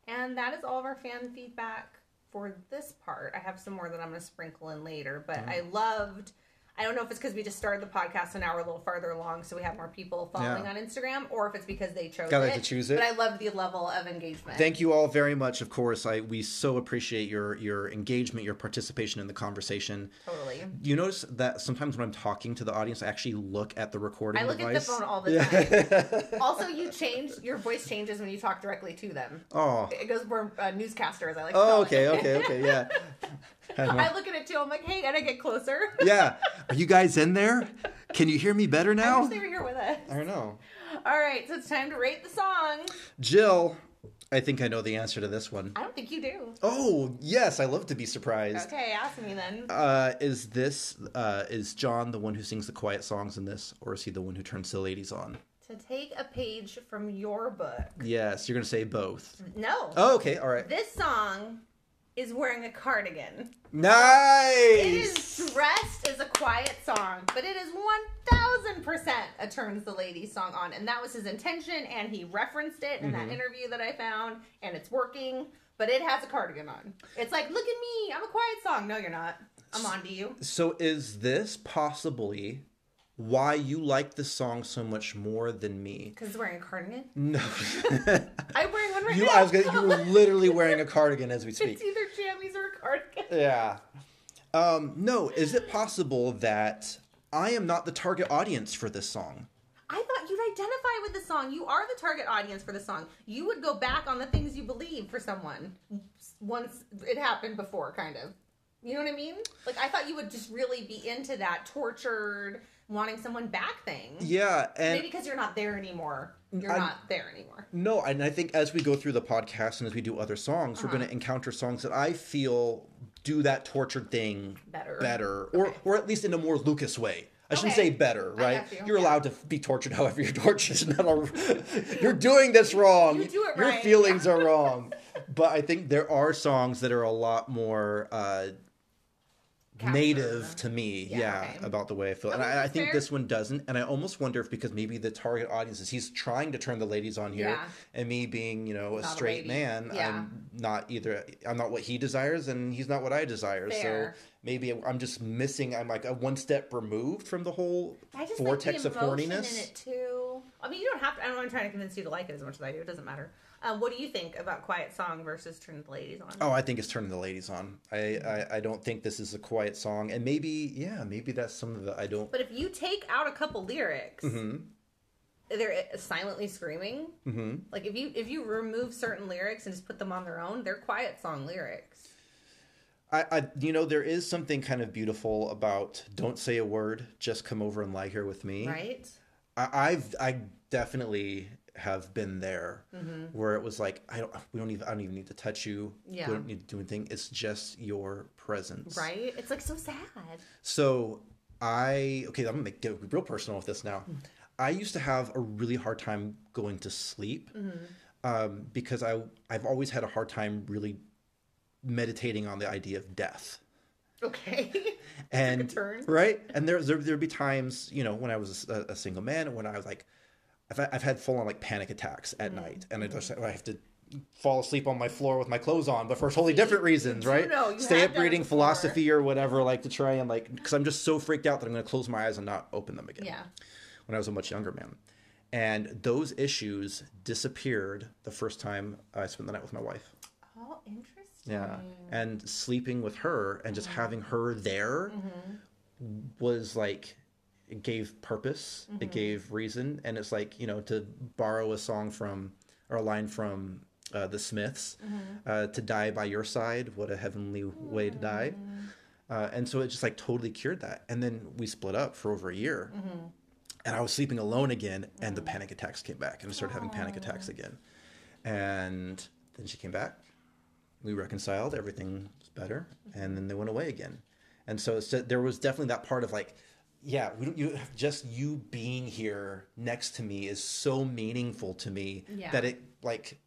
Speaker 1: And that is all of our fan feedback for this part. I have some more that I'm going to sprinkle in later, but
Speaker 2: Mm-hmm.
Speaker 1: I loved. I don't know if it's because we just started the podcast, so now we're a little farther along, so we have more people following
Speaker 2: Yeah.
Speaker 1: on Instagram, or if it's because they chose
Speaker 2: Gotta
Speaker 1: it.
Speaker 2: have to choose it.
Speaker 1: But I love the level of engagement.
Speaker 2: Thank you all very much. Of course, I we so appreciate your your engagement, your participation in the conversation.
Speaker 1: totally.
Speaker 2: You notice that sometimes when I'm talking to the audience, I actually look at the recording
Speaker 1: I look at the
Speaker 2: device.
Speaker 1: phone all the time.
Speaker 2: [LAUGHS]
Speaker 1: also, you change your voice changes when you talk directly to them. [LAUGHS]
Speaker 2: Oh.
Speaker 1: It goes more uh, newscaster, as I like. To
Speaker 2: Oh,
Speaker 1: call
Speaker 2: okay,
Speaker 1: It.
Speaker 2: okay,
Speaker 1: [LAUGHS]
Speaker 2: okay, yeah.
Speaker 1: I look at it too. I'm like, hey, and I get closer.
Speaker 2: Yeah. Are you guys in there? Can you hear me better
Speaker 1: I
Speaker 2: now?
Speaker 1: wish they were here with us.
Speaker 2: I don't know.
Speaker 1: All right, so it's time to rate the song.
Speaker 2: Jill, I think I know the answer to this one.
Speaker 1: I don't think you do.
Speaker 2: Oh, yes, I love to be surprised.
Speaker 1: Okay, ask me then.
Speaker 2: Uh, is this uh, is John the one who sings the quiet songs in this, or is he the one who turns the ladies on?
Speaker 1: To take a page from your book.
Speaker 2: Yes, you're gonna say both.
Speaker 1: No.
Speaker 2: Oh, okay, all right.
Speaker 1: This song is wearing a cardigan. It
Speaker 2: Nice.
Speaker 1: is dressed as a quiet song, but it is 1000% a Turns the Lady song on. And that was his intention, and he referenced it in that interview that I found, and it's working, but it has a cardigan on. It's like, look at me, I'm a quiet song. No, you're not. I'm on to you.
Speaker 2: So is this possibly why you like this song so much more
Speaker 1: [LAUGHS]
Speaker 2: than me?
Speaker 1: Because it's wearing a cardigan.
Speaker 2: No.
Speaker 1: [LAUGHS] I'm wearing one right
Speaker 2: you,
Speaker 1: now.
Speaker 2: I was gonna, you were literally wearing a cardigan as
Speaker 1: [LAUGHS]
Speaker 2: we
Speaker 1: It's
Speaker 2: speak.
Speaker 1: either jammies or a cardigan.
Speaker 2: Yeah. Um, no, is it possible that I am not the target audience for this song?
Speaker 1: I thought you'd identify with the song. You are the target audience for the song. You would go back on the things you believe for someone once it happened before, kind of. You know what I mean? Like I thought you would just really be into that tortured, wanting someone back thing.
Speaker 2: Yeah, and
Speaker 1: Maybe because you're not there anymore. You're
Speaker 2: I'm-
Speaker 1: not there anymore.
Speaker 2: No, and I think as we go through the podcast and as we do other songs, we're
Speaker 1: Uh-huh.
Speaker 2: going to encounter songs that I feel do that tortured thing
Speaker 1: Better.
Speaker 2: better, or or at least in a more Lucas way. I shouldn't
Speaker 1: Okay.
Speaker 2: say better,
Speaker 1: I
Speaker 2: right?
Speaker 1: got you.
Speaker 2: are
Speaker 1: Yeah.
Speaker 2: allowed to be tortured however you're tortured. It's [LAUGHS] not all- you're doing this wrong.
Speaker 1: You do it
Speaker 2: Your
Speaker 1: right. [LAUGHS]
Speaker 2: feelings are wrong. But I think there are songs that are a lot more uh,
Speaker 1: Capture.
Speaker 2: native to me, yeah,
Speaker 1: Yeah, okay.
Speaker 2: about the way I feel. And
Speaker 1: Okay,
Speaker 2: I, I
Speaker 1: that's
Speaker 2: think
Speaker 1: fair.
Speaker 2: this one doesn't. And I almost wonder if because maybe the target audience is he's trying to turn the ladies on here,
Speaker 1: Yeah.
Speaker 2: and me being you know a
Speaker 1: Not a
Speaker 2: straight
Speaker 1: lady.
Speaker 2: man,
Speaker 1: Yeah.
Speaker 2: I'm not either. I'm not what he desires, and he's not what I desire.
Speaker 1: Fair.
Speaker 2: So maybe I'm just missing. I'm like a one step removed from the whole
Speaker 1: I just
Speaker 2: vortex
Speaker 1: like
Speaker 2: of
Speaker 1: the emotion in
Speaker 2: horniness.
Speaker 1: it too. I mean, you don't have to. I don't. I'm trying to convince you to like it as much as I do. It doesn't matter. Um, what do you think about Quiet Song versus Turn the Ladies on?
Speaker 2: Oh, I think it's turning the ladies on. I, I I don't think this is a quiet song, and maybe yeah, maybe that's some of the I don't.
Speaker 1: But if you take out a couple lyrics,
Speaker 2: Mm-hmm.
Speaker 1: they're uh, silently screaming. Mm-hmm. Like if you if you remove certain lyrics and just put them on their own, they're quiet song lyrics.
Speaker 2: I, I, you know, there is something kind of beautiful about don't say a word, just come over and lie here with me.
Speaker 1: right?
Speaker 2: I, I've, I definitely have been there where it was like, I don't, we don't even, I don't even need to touch you.
Speaker 1: Mm-hmm. Yeah.
Speaker 2: We don't need to do anything. It's just your presence.
Speaker 1: Right? It's like so sad. [LAUGHS]
Speaker 2: So I okay, I'm gonna make get real personal with this now.
Speaker 1: Mm.
Speaker 2: I used to have a really hard time going to sleep
Speaker 1: Mm-hmm.
Speaker 2: um, because I I've always had a hard time really meditating on the idea of death.
Speaker 1: Okay. [LAUGHS]
Speaker 2: And
Speaker 1: turn.
Speaker 2: right, and there there there'd be times you know when I was a, a single man when I was like I've I've had full on like panic attacks
Speaker 1: Mm.
Speaker 2: at night, and I just I have to fall asleep on my floor with my clothes on, but for totally different reasons,
Speaker 1: do
Speaker 2: right?
Speaker 1: know, you
Speaker 2: Stay
Speaker 1: have
Speaker 2: up
Speaker 1: done it
Speaker 2: reading
Speaker 1: before.
Speaker 2: philosophy or whatever, like to try and like because I'm just so freaked out that I'm going to close my eyes and not open them again.
Speaker 1: Yeah.
Speaker 2: When I was a much younger man, and those issues disappeared the first time I spent the night with my wife.
Speaker 1: Oh, interesting.
Speaker 2: Yeah. And sleeping with her and just having her there was like it gave purpose, it gave reason, and it's like you know to borrow a song from or a line from uh, the Smiths, uh, "To die by your side, what a heavenly way to die," uh, and so it just like totally cured that. And then we split up for over a year, and I was sleeping alone again, and the
Speaker 1: Mm.
Speaker 2: panic attacks came back, and I started having panic attacks again, and then she came back, we reconciled everything was better
Speaker 1: Mm-hmm.
Speaker 2: and then they went away again and so, it's there was definitely that part of like yeah we don't, you just you being here next to me is so meaningful to me
Speaker 1: Yeah.
Speaker 2: that it like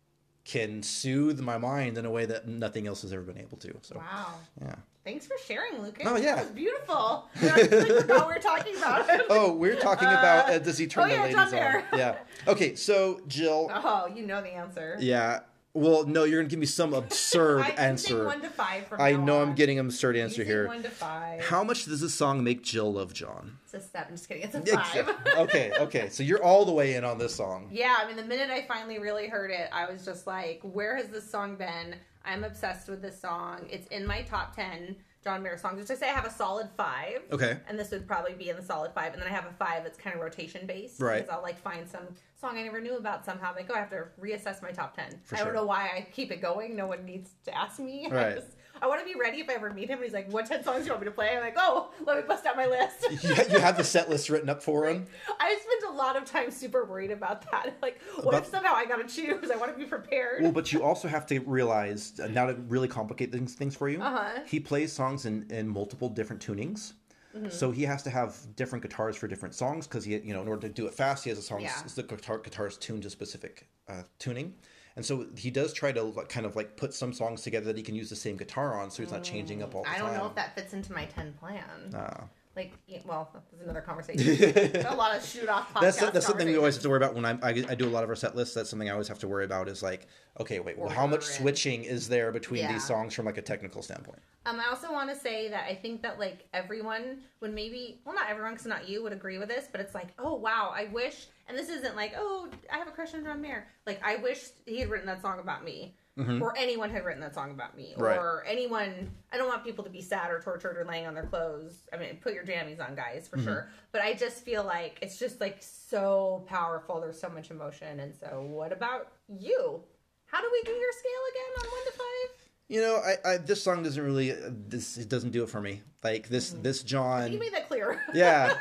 Speaker 2: can soothe my mind in a way that nothing else has ever been able to so
Speaker 1: Wow.
Speaker 2: yeah
Speaker 1: Thanks for sharing, Lucas.
Speaker 2: Oh, yeah.
Speaker 1: That was beautiful. [LAUGHS] I completely forgot we were talking about it.
Speaker 2: oh we're talking about
Speaker 1: [LAUGHS]
Speaker 2: uh, does he turn
Speaker 1: oh, yeah,
Speaker 2: the
Speaker 1: it's
Speaker 2: ladies
Speaker 1: on there.
Speaker 2: on yeah okay so
Speaker 1: [LAUGHS]
Speaker 2: jill
Speaker 1: Oh, you know the answer.
Speaker 2: yeah well no you're gonna give me some absurd
Speaker 1: [LAUGHS] I am
Speaker 2: answer
Speaker 1: one to five from
Speaker 2: i
Speaker 1: now
Speaker 2: know i'm
Speaker 1: on.
Speaker 2: getting an absurd
Speaker 1: You
Speaker 2: answer
Speaker 1: say
Speaker 2: here
Speaker 1: One to five.
Speaker 2: how much does this song make jill love john
Speaker 1: It's a seven. I'm just kidding. It's a
Speaker 2: Yeah,
Speaker 1: five.
Speaker 2: exactly. okay, okay. So you're all the way in on
Speaker 1: [LAUGHS]
Speaker 2: this song.
Speaker 1: Yeah, I mean, the minute I finally really heard it, I was just like, where has this song been? I'm obsessed with this song. It's in my top 10 John Mayer songs, which I say I have a solid five.
Speaker 2: Okay.
Speaker 1: And this would probably be in the solid five. And then I have a five that's kind of rotation based.
Speaker 2: Right.
Speaker 1: Because I'll like find some song I never knew about somehow. I'm like, oh, I have to reassess my top 10.
Speaker 2: For
Speaker 1: I don't
Speaker 2: sure.
Speaker 1: know why I keep it going. No one needs to ask me. [LAUGHS] I
Speaker 2: Right.
Speaker 1: just- I want to be ready if I ever meet him and he's like, what 10 songs do you want me to play? I'm like, oh, let me bust out my list. [LAUGHS]
Speaker 2: [LAUGHS] You, you have the set list written up for him.
Speaker 1: I spent a lot of time super worried about that. [LAUGHS] Like, what if
Speaker 2: About-
Speaker 1: somehow I gotta choose? I want to be prepared.
Speaker 2: Well, but you also have to realize uh, now to really complicate things things for you.
Speaker 1: Uh-huh.
Speaker 2: He plays songs in in multiple different tunings.
Speaker 1: Mm-hmm.
Speaker 2: So he has to have different guitars for different songs because he, you know, in order to do it fast, he has a song.
Speaker 1: Yeah.
Speaker 2: The guitar guitar is tuned to specific uh, tuning, and so he does try to like, kind of like put some songs together that he can use the same guitar on, so he's not changing up all the
Speaker 1: Mm, I
Speaker 2: time.
Speaker 1: don't know if that fits into my ten plan.
Speaker 2: Ah.
Speaker 1: Like, y- well, that's another conversation.
Speaker 2: [LAUGHS]
Speaker 1: a lot of shoot off.
Speaker 2: that's that's something we always have to worry about when I'm, I I do a lot of our set lists. That's something I always have to worry about is like, okay, wait, well, how much
Speaker 1: Order it.
Speaker 2: switching is there between
Speaker 1: Yeah.
Speaker 2: these songs from like a technical standpoint?
Speaker 1: Um, I also want to say that I think that like everyone would maybe, well, not everyone, because not you would agree with this, but it's like, oh wow, I wish. And this isn't like, oh, I have a crush on John Mayer. Like, I wish he had written that song about me, or anyone had written that song about me,
Speaker 2: Mm-hmm. Right.
Speaker 1: or anyone. I don't want people to be sad or tortured or laying on their clothes. I mean, put your jammies on, guys, for
Speaker 2: Mm-hmm.
Speaker 1: sure. But I just feel like it's just like so powerful. There's so much emotion, and so what about you? How do we do your scale again on one to five?
Speaker 2: You know, I, I this song doesn't really uh, this it doesn't do it for me. Like this this
Speaker 1: Mm. You
Speaker 2: John,
Speaker 1: made that clear.
Speaker 2: [LAUGHS] yeah,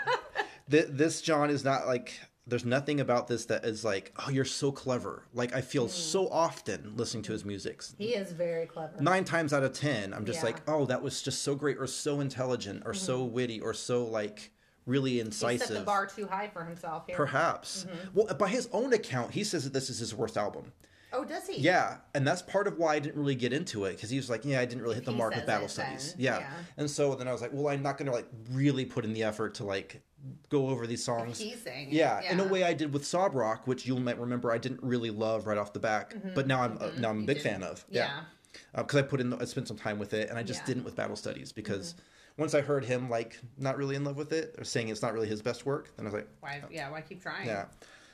Speaker 2: Th- this John is not like. There's nothing about this that is like, oh, you're so clever. Like I feel
Speaker 1: Mm.
Speaker 2: so often listening to his music.
Speaker 1: He is very clever.
Speaker 2: Nine times out of ten, I'm just
Speaker 1: Yeah. Mm-hmm.
Speaker 2: like, oh, that was just so great, or so intelligent, or so witty, or so like really
Speaker 1: he
Speaker 2: incisive.
Speaker 1: set the bar Mm-hmm. too high for himself here.
Speaker 2: Perhaps. Well, by his own account, he says that this is his worst album.
Speaker 1: oh, does he?
Speaker 2: Yeah, and that's part of why I didn't really get into it because he was like, "Yeah, I didn't really hit the
Speaker 1: He
Speaker 2: mark
Speaker 1: says
Speaker 2: with battle
Speaker 1: it
Speaker 2: studies."
Speaker 1: then,
Speaker 2: Yeah.
Speaker 1: yeah.
Speaker 2: and so then I was like, "Well, I'm not going to like really put in the effort to like go over these songs."
Speaker 1: He's saying. it,
Speaker 2: yeah, in a way I did with Sob Rock, which you might remember I didn't really love right off the back,
Speaker 1: Mm-hmm.
Speaker 2: but now I'm uh, now I'm a big fan of.
Speaker 1: Yeah.
Speaker 2: because I put in the, I spent some time with it, and I just
Speaker 1: Yeah. Mm-hmm.
Speaker 2: didn't with Battle Studies because once I heard him like not really in love with it or saying it's not really his best work, then I was like,
Speaker 1: Why? Yeah. Why keep trying?
Speaker 2: yeah.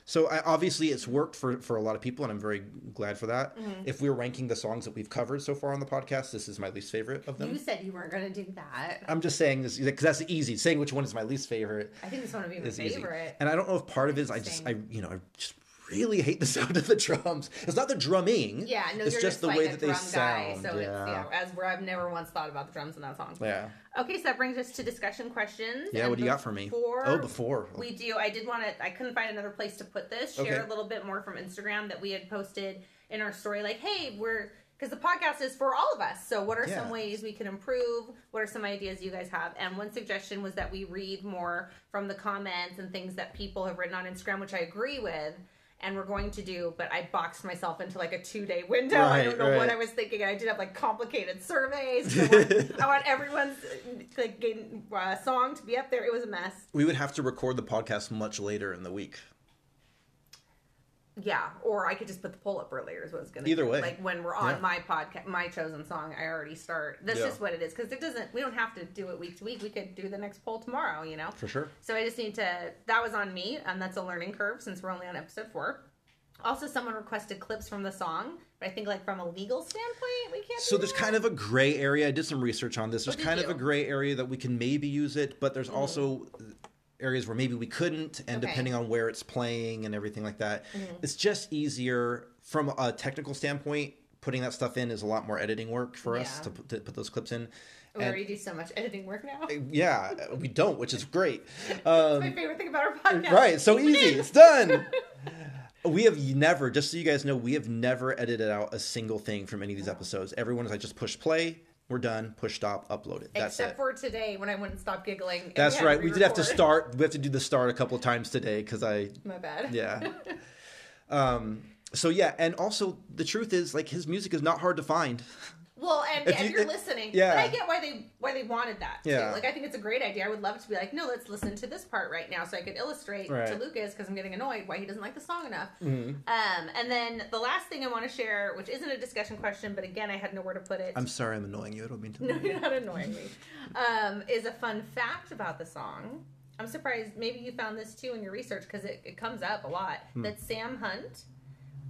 Speaker 2: So I, obviously, it's worked for for a lot of people, and I'm very glad for that.
Speaker 1: Mm-hmm.
Speaker 2: If we were ranking the songs that we've covered so far on the podcast, this is my least favorite of them.
Speaker 1: You said you weren't going to do that.
Speaker 2: I'm just saying this because that's easy. Saying which one is my least favorite
Speaker 1: I think this one would be my
Speaker 2: is easy,
Speaker 1: favorite.
Speaker 2: and I don't know if part of it is I just I
Speaker 1: Interesting.
Speaker 2: you know I just really hate the [LAUGHS] sound of the drums. It's not the drumming.
Speaker 1: Yeah, no,
Speaker 2: it's
Speaker 1: you're
Speaker 2: just, the
Speaker 1: like
Speaker 2: way
Speaker 1: a
Speaker 2: that they
Speaker 1: drum
Speaker 2: sound.
Speaker 1: Guy, so
Speaker 2: yeah.
Speaker 1: it's yeah, as where I've never once thought about the drums in that song.
Speaker 2: yeah.
Speaker 1: Okay, so that brings us to discussion questions.
Speaker 2: Yeah,
Speaker 1: And
Speaker 2: what do you got for me?
Speaker 1: Before
Speaker 2: oh, before.
Speaker 1: we do, I did want to. I couldn't find another place to put this. Share
Speaker 2: Okay.
Speaker 1: a little bit more from Instagram that we had posted in our story, like, hey, we're because the podcast is for all of us. So, what are
Speaker 2: Yeah.
Speaker 1: some ways we can improve? What are some ideas you guys have? And one suggestion was that we read more from the comments and things that people have written on Instagram, which I agree with. And we're going to do, but I boxed myself into like a two day window. I
Speaker 2: Right,
Speaker 1: don't know what
Speaker 2: right.
Speaker 1: I was thinking. and I did have like complicated surveys. 'cause I want, I want everyone's like, uh, song to be up there. It was a mess.
Speaker 2: we would have to record the podcast much later in the week.
Speaker 1: Yeah, or I could just put the poll up earlier. Is what it's gonna.
Speaker 2: Either
Speaker 1: do.
Speaker 2: way.
Speaker 1: like when we're on
Speaker 2: Yeah.
Speaker 1: my podcast, my chosen song, I already start. That's
Speaker 2: Yeah.
Speaker 1: just what it is because it doesn't. We don't have to do it week to week. We could do the next poll tomorrow. You know.
Speaker 2: For sure.
Speaker 1: So I just need to. That was on me, and that's a learning curve since we're only on episode four. Also, someone requested clips from the song, but I think like from a legal standpoint, we can't.
Speaker 2: So
Speaker 1: do
Speaker 2: there's
Speaker 1: that.
Speaker 2: kind of a gray area. I did some research on this. There's
Speaker 1: Oh, did
Speaker 2: kind of
Speaker 1: you? Mm-hmm.
Speaker 2: a gray area that we can maybe use it, but there's also areas where maybe we couldn't, and
Speaker 1: Okay. Mm-hmm.
Speaker 2: depending on where it's playing and everything like that, it's just easier from a technical standpoint. Putting that stuff in is a lot more editing work for us
Speaker 1: Yeah.
Speaker 2: to put, to put those clips in.
Speaker 1: Oh, we
Speaker 2: And Um,
Speaker 1: already do so much editing work now.
Speaker 2: yeah, we don't, which
Speaker 1: [LAUGHS]
Speaker 2: is great.
Speaker 1: That's [LAUGHS] my favorite thing about our podcast. [LAUGHS]
Speaker 2: Right, so easy. It's done. [LAUGHS] We have never, just so you guys know, we have never edited out a single thing from any of these episodes. Everyone is like, just push play, we're done, push stop, upload it. That's
Speaker 1: Except
Speaker 2: it.
Speaker 1: for today when I wouldn't stop giggling. and
Speaker 2: That's
Speaker 1: had to
Speaker 2: right. We did have to
Speaker 1: re-record.
Speaker 2: start, we have to do the start a couple of times today because I,
Speaker 1: My bad.
Speaker 2: yeah.
Speaker 1: [LAUGHS]
Speaker 2: um, so yeah, and also the truth is, like, his music is not hard to find.
Speaker 1: Well, and
Speaker 2: If
Speaker 1: if,
Speaker 2: you-
Speaker 1: you're
Speaker 2: it-
Speaker 1: listening,
Speaker 2: yeah.
Speaker 1: but I get why they why they wanted that. Yeah,
Speaker 2: Yeah.
Speaker 1: like I think it's a great idea. I would love to be like, no, let's listen to this part right now, so I could illustrate to
Speaker 2: Right. Mm-hmm.
Speaker 1: Lucas because I'm getting annoyed why he doesn't like the song enough. Um, and then the last thing I want to share, which isn't a discussion question, but again, I had nowhere to put it.
Speaker 2: I'm sorry, I'm annoying you. I don't mean to.
Speaker 1: [LAUGHS] No, you're not annoying me. Um, is a fun fact about the song. I'm surprised. Maybe you found this too in your research because it, it comes up a lot.
Speaker 2: Hmm.
Speaker 1: That Sam Hunt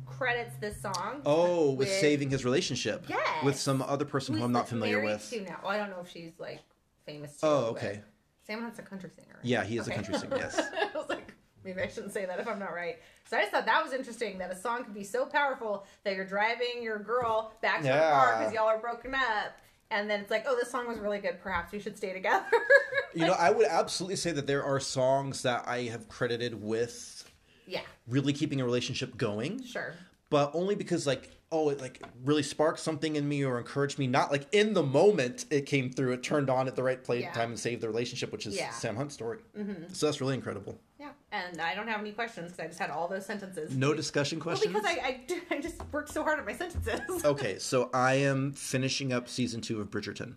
Speaker 1: credits this song.
Speaker 2: Oh, with, saving his relationship
Speaker 1: Yes.
Speaker 2: with some other person who
Speaker 1: who's,
Speaker 2: I'm not
Speaker 1: like,
Speaker 2: familiar
Speaker 1: married
Speaker 2: with.
Speaker 1: To now. Well, I don't know if she's like famous. Too,
Speaker 2: Oh,
Speaker 1: but
Speaker 2: okay.
Speaker 1: Sam Hunt's a country singer. right?
Speaker 2: Yeah, he is
Speaker 1: Okay.
Speaker 2: a country singer. Yes.
Speaker 1: [LAUGHS] I was like, maybe I shouldn't say that if I'm not right. So I just thought that was interesting that a song could be so powerful that you're driving your girl back to her car
Speaker 2: Yeah.
Speaker 1: because y'all are broken up, and then it's like, oh, this song was really good. Perhaps we should stay together. [LAUGHS]
Speaker 2: You know, I would absolutely say that there are songs that I have credited with
Speaker 1: yeah,
Speaker 2: really keeping a relationship going,
Speaker 1: sure.
Speaker 2: but only because like oh it like really sparked something in me or encouraged me not like in the moment it came through it turned on at the right place
Speaker 1: Yeah.
Speaker 2: time and saved the relationship which is
Speaker 1: Yeah. Mm-hmm.
Speaker 2: sam hunt's story so that's really incredible
Speaker 1: Yeah, and I don't have any questions because I just had all those sentences.
Speaker 2: no discussion
Speaker 1: Well,
Speaker 2: questions Oh.
Speaker 1: because I, I, I [LAUGHS] just worked so hard at my sentences.
Speaker 2: okay so i am finishing up season two of bridgerton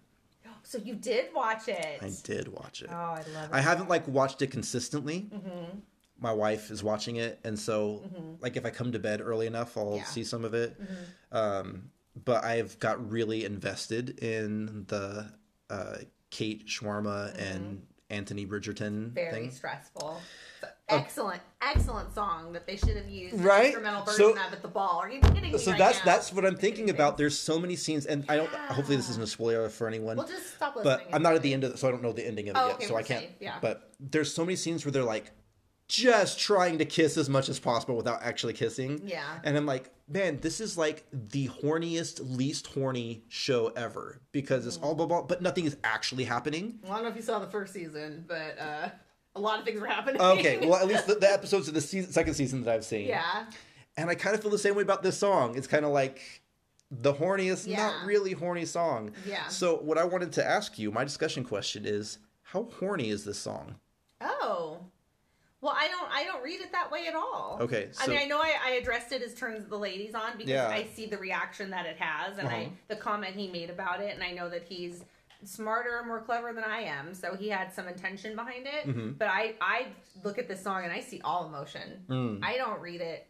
Speaker 1: So you did watch it.
Speaker 2: i did watch it
Speaker 1: oh, I love it.
Speaker 2: I haven't like watched it consistently.
Speaker 1: Mm-hmm.
Speaker 2: My wife is watching it, and so like if I come to bed early enough, I'll
Speaker 1: Yeah.
Speaker 2: see some of it.
Speaker 1: Mm-hmm.
Speaker 2: Um, but I've got really invested in the uh, Kate Schwarma and Anthony Bridgerton
Speaker 1: Mm-hmm. very
Speaker 2: thing. Oh.
Speaker 1: stressful. So Excellent, excellent song that they should have used an
Speaker 2: Right?
Speaker 1: instrumental version
Speaker 2: So-
Speaker 1: of at the ball. Are you kidding me?
Speaker 2: So
Speaker 1: right
Speaker 2: that's
Speaker 1: now?
Speaker 2: that's what I'm thinking about. There's so many scenes, and I don't. Hopefully, this isn't a spoiler for anyone.
Speaker 1: We'll just stop listening.
Speaker 2: but I'm not at the end of it, so I don't know the ending of it
Speaker 1: Oh,
Speaker 2: yet.
Speaker 1: okay,
Speaker 2: so
Speaker 1: we're
Speaker 2: I can't.
Speaker 1: safe, yeah.
Speaker 2: But there's so many scenes where they're like just trying to kiss as much as possible without actually kissing.
Speaker 1: Yeah.
Speaker 2: And I'm like, man, this is like the horniest, least horny show ever because it's
Speaker 1: Mm.
Speaker 2: all blah blah, but nothing is actually happening.
Speaker 1: Well, I don't know if you saw the first season, but uh, a lot of things were happening.
Speaker 2: Okay,
Speaker 1: [LAUGHS]
Speaker 2: well, at least the, the episodes of the season, second season that I've seen.
Speaker 1: yeah.
Speaker 2: And I kind of feel the same way about this song. It's kind of like the horniest,
Speaker 1: Yeah.
Speaker 2: not really horny song.
Speaker 1: Yeah.
Speaker 2: So, what I wanted to ask you, my discussion question is how horny is this song?
Speaker 1: Oh. Well, I don't. I don't read it that way at all.
Speaker 2: Okay,
Speaker 1: I
Speaker 2: so-
Speaker 1: mean, I know I, I addressed it as turns the ladies on because
Speaker 2: Yeah.
Speaker 1: I see the reaction that it has, and I
Speaker 2: Uh-huh.
Speaker 1: the comment he made about it, and I know that he's smarter, more clever than I am, so he had some intention behind it.
Speaker 2: Mm-hmm.
Speaker 1: But I I look at this song and I see all emotion. I don't read it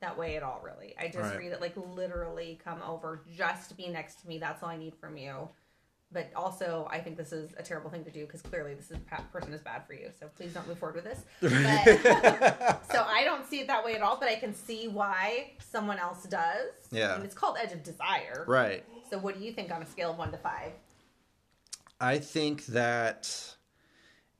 Speaker 1: that way at all. Really, I just
Speaker 2: Mm. Right.
Speaker 1: read it like literally, come over, just be next to me. That's all I need from you. But also, I think this is a terrible thing to do because clearly this is, pa- person is bad for you. So please don't move forward with
Speaker 2: [LAUGHS]
Speaker 1: this. But, [LAUGHS] so I don't see it that way at all, but I can see why someone else does.
Speaker 2: Yeah.
Speaker 1: And it's called Edge of Desire.
Speaker 2: Right.
Speaker 1: So what do you think on a scale of one to five?
Speaker 2: I think that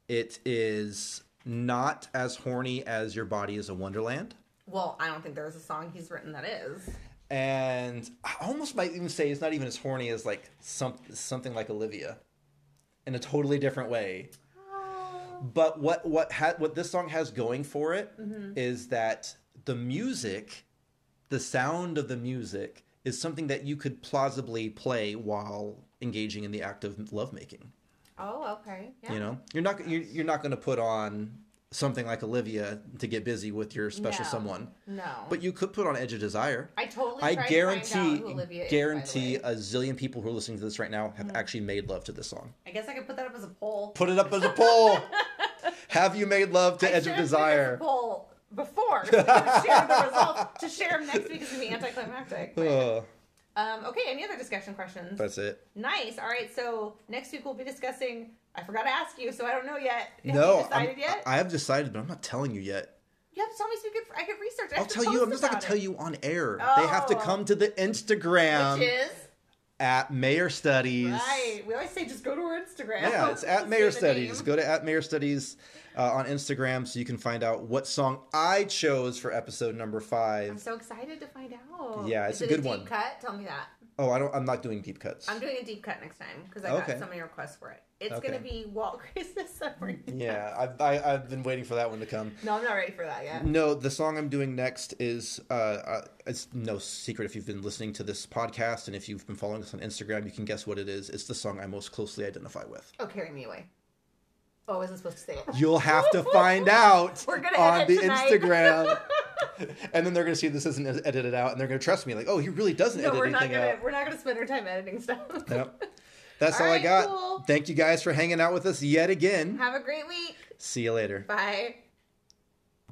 Speaker 2: it is not as horny as your body is a wonderland.
Speaker 1: Well, I don't think there's a song he's written that is.
Speaker 2: and I almost might even say it's not even as horny as like some something like Olivia, in a totally different way. But what what ha- what this song has going for it is that the music, the sound of the music, is something that you could plausibly play while engaging in the act of lovemaking.
Speaker 1: Oh, okay. Yeah.
Speaker 2: You know, you're not you're, you're not going to put on something like Olivia to get busy with your special
Speaker 1: No.
Speaker 2: someone,
Speaker 1: No.
Speaker 2: but you could put on Edge of Desire.
Speaker 1: I totally. tried
Speaker 2: I
Speaker 1: to find
Speaker 2: guarantee,
Speaker 1: out who Olivia is, by the
Speaker 2: guarantee
Speaker 1: way. Mm-hmm.
Speaker 2: a zillion people who are listening to this right now have actually made love to this song.
Speaker 1: I guess I could put that up as a poll.
Speaker 2: Put it up as
Speaker 1: [LAUGHS]
Speaker 2: a poll. have you made love to
Speaker 1: I
Speaker 2: Edge
Speaker 1: should've
Speaker 2: of
Speaker 1: put it as a
Speaker 2: Desire?
Speaker 1: poll before so we could share the results. To share them next week is gonna be
Speaker 2: [LAUGHS]
Speaker 1: anticlimactic. but-
Speaker 2: Ugh,
Speaker 1: Um, okay. Any other discussion questions?
Speaker 2: that's it.
Speaker 1: Nice. All right. So next week we'll be discussing. I forgot to ask you, so I don't know yet. Have
Speaker 2: no,
Speaker 1: you decided
Speaker 2: I'm-
Speaker 1: yet?
Speaker 2: I I have decided, but I'm not telling you yet.
Speaker 1: you have to tell me so we could, I could research. I
Speaker 2: I'll
Speaker 1: have to
Speaker 2: tell you.
Speaker 1: post
Speaker 2: I'm just not gonna
Speaker 1: about
Speaker 2: tell
Speaker 1: it.
Speaker 2: you on air. They have to
Speaker 1: Oh.
Speaker 2: come to the Instagram
Speaker 1: Which is
Speaker 2: at Mayor Studies.
Speaker 1: right. We always say just go to our Instagram.
Speaker 2: Yeah, it's
Speaker 1: Say
Speaker 2: at Mayor
Speaker 1: the
Speaker 2: Studies.
Speaker 1: name.
Speaker 2: Go to at Mayor Studies uh, on Instagram so you can find out what song I chose for episode number five.
Speaker 1: I'm so excited to find out.
Speaker 2: Yeah, it's
Speaker 1: Is
Speaker 2: a
Speaker 1: it
Speaker 2: good
Speaker 1: deep
Speaker 2: one.
Speaker 1: Cut? Tell me that.
Speaker 2: Oh, I don't. I'm not doing deep cuts.
Speaker 1: I'm doing a deep cut next time because I
Speaker 2: Okay.
Speaker 1: got so many requests for it. It's
Speaker 2: Okay.
Speaker 1: gonna be Walt Grace's [LAUGHS] suffering.
Speaker 2: yeah, I've, I, I've been waiting for that one to come.
Speaker 1: No, I'm not ready for that yet.
Speaker 2: No, the song I'm doing next is uh, uh, it's no secret if you've been listening to this podcast and if you've been following us on Instagram, you can guess what it is. It's the song I most closely identify with.
Speaker 1: Oh, carry me away. Oh, I wasn't supposed to say it.
Speaker 2: You'll have
Speaker 1: [LAUGHS]
Speaker 2: to find out
Speaker 1: We're gonna
Speaker 2: on
Speaker 1: edit
Speaker 2: the
Speaker 1: tonight. [LAUGHS]
Speaker 2: Instagram. and then they're going to see this isn't edited out and they're going to trust me like, "Oh, he really doesn't
Speaker 1: No,
Speaker 2: edit
Speaker 1: we're not
Speaker 2: anything
Speaker 1: gonna.
Speaker 2: out."
Speaker 1: We're not gonna spend our time editing stuff. [LAUGHS]
Speaker 2: Yep. That's all,
Speaker 1: All
Speaker 2: I
Speaker 1: right,
Speaker 2: got.
Speaker 1: cool.
Speaker 2: Thank you guys for hanging out with us yet again.
Speaker 1: Have a great week.
Speaker 2: See you later.
Speaker 1: Bye.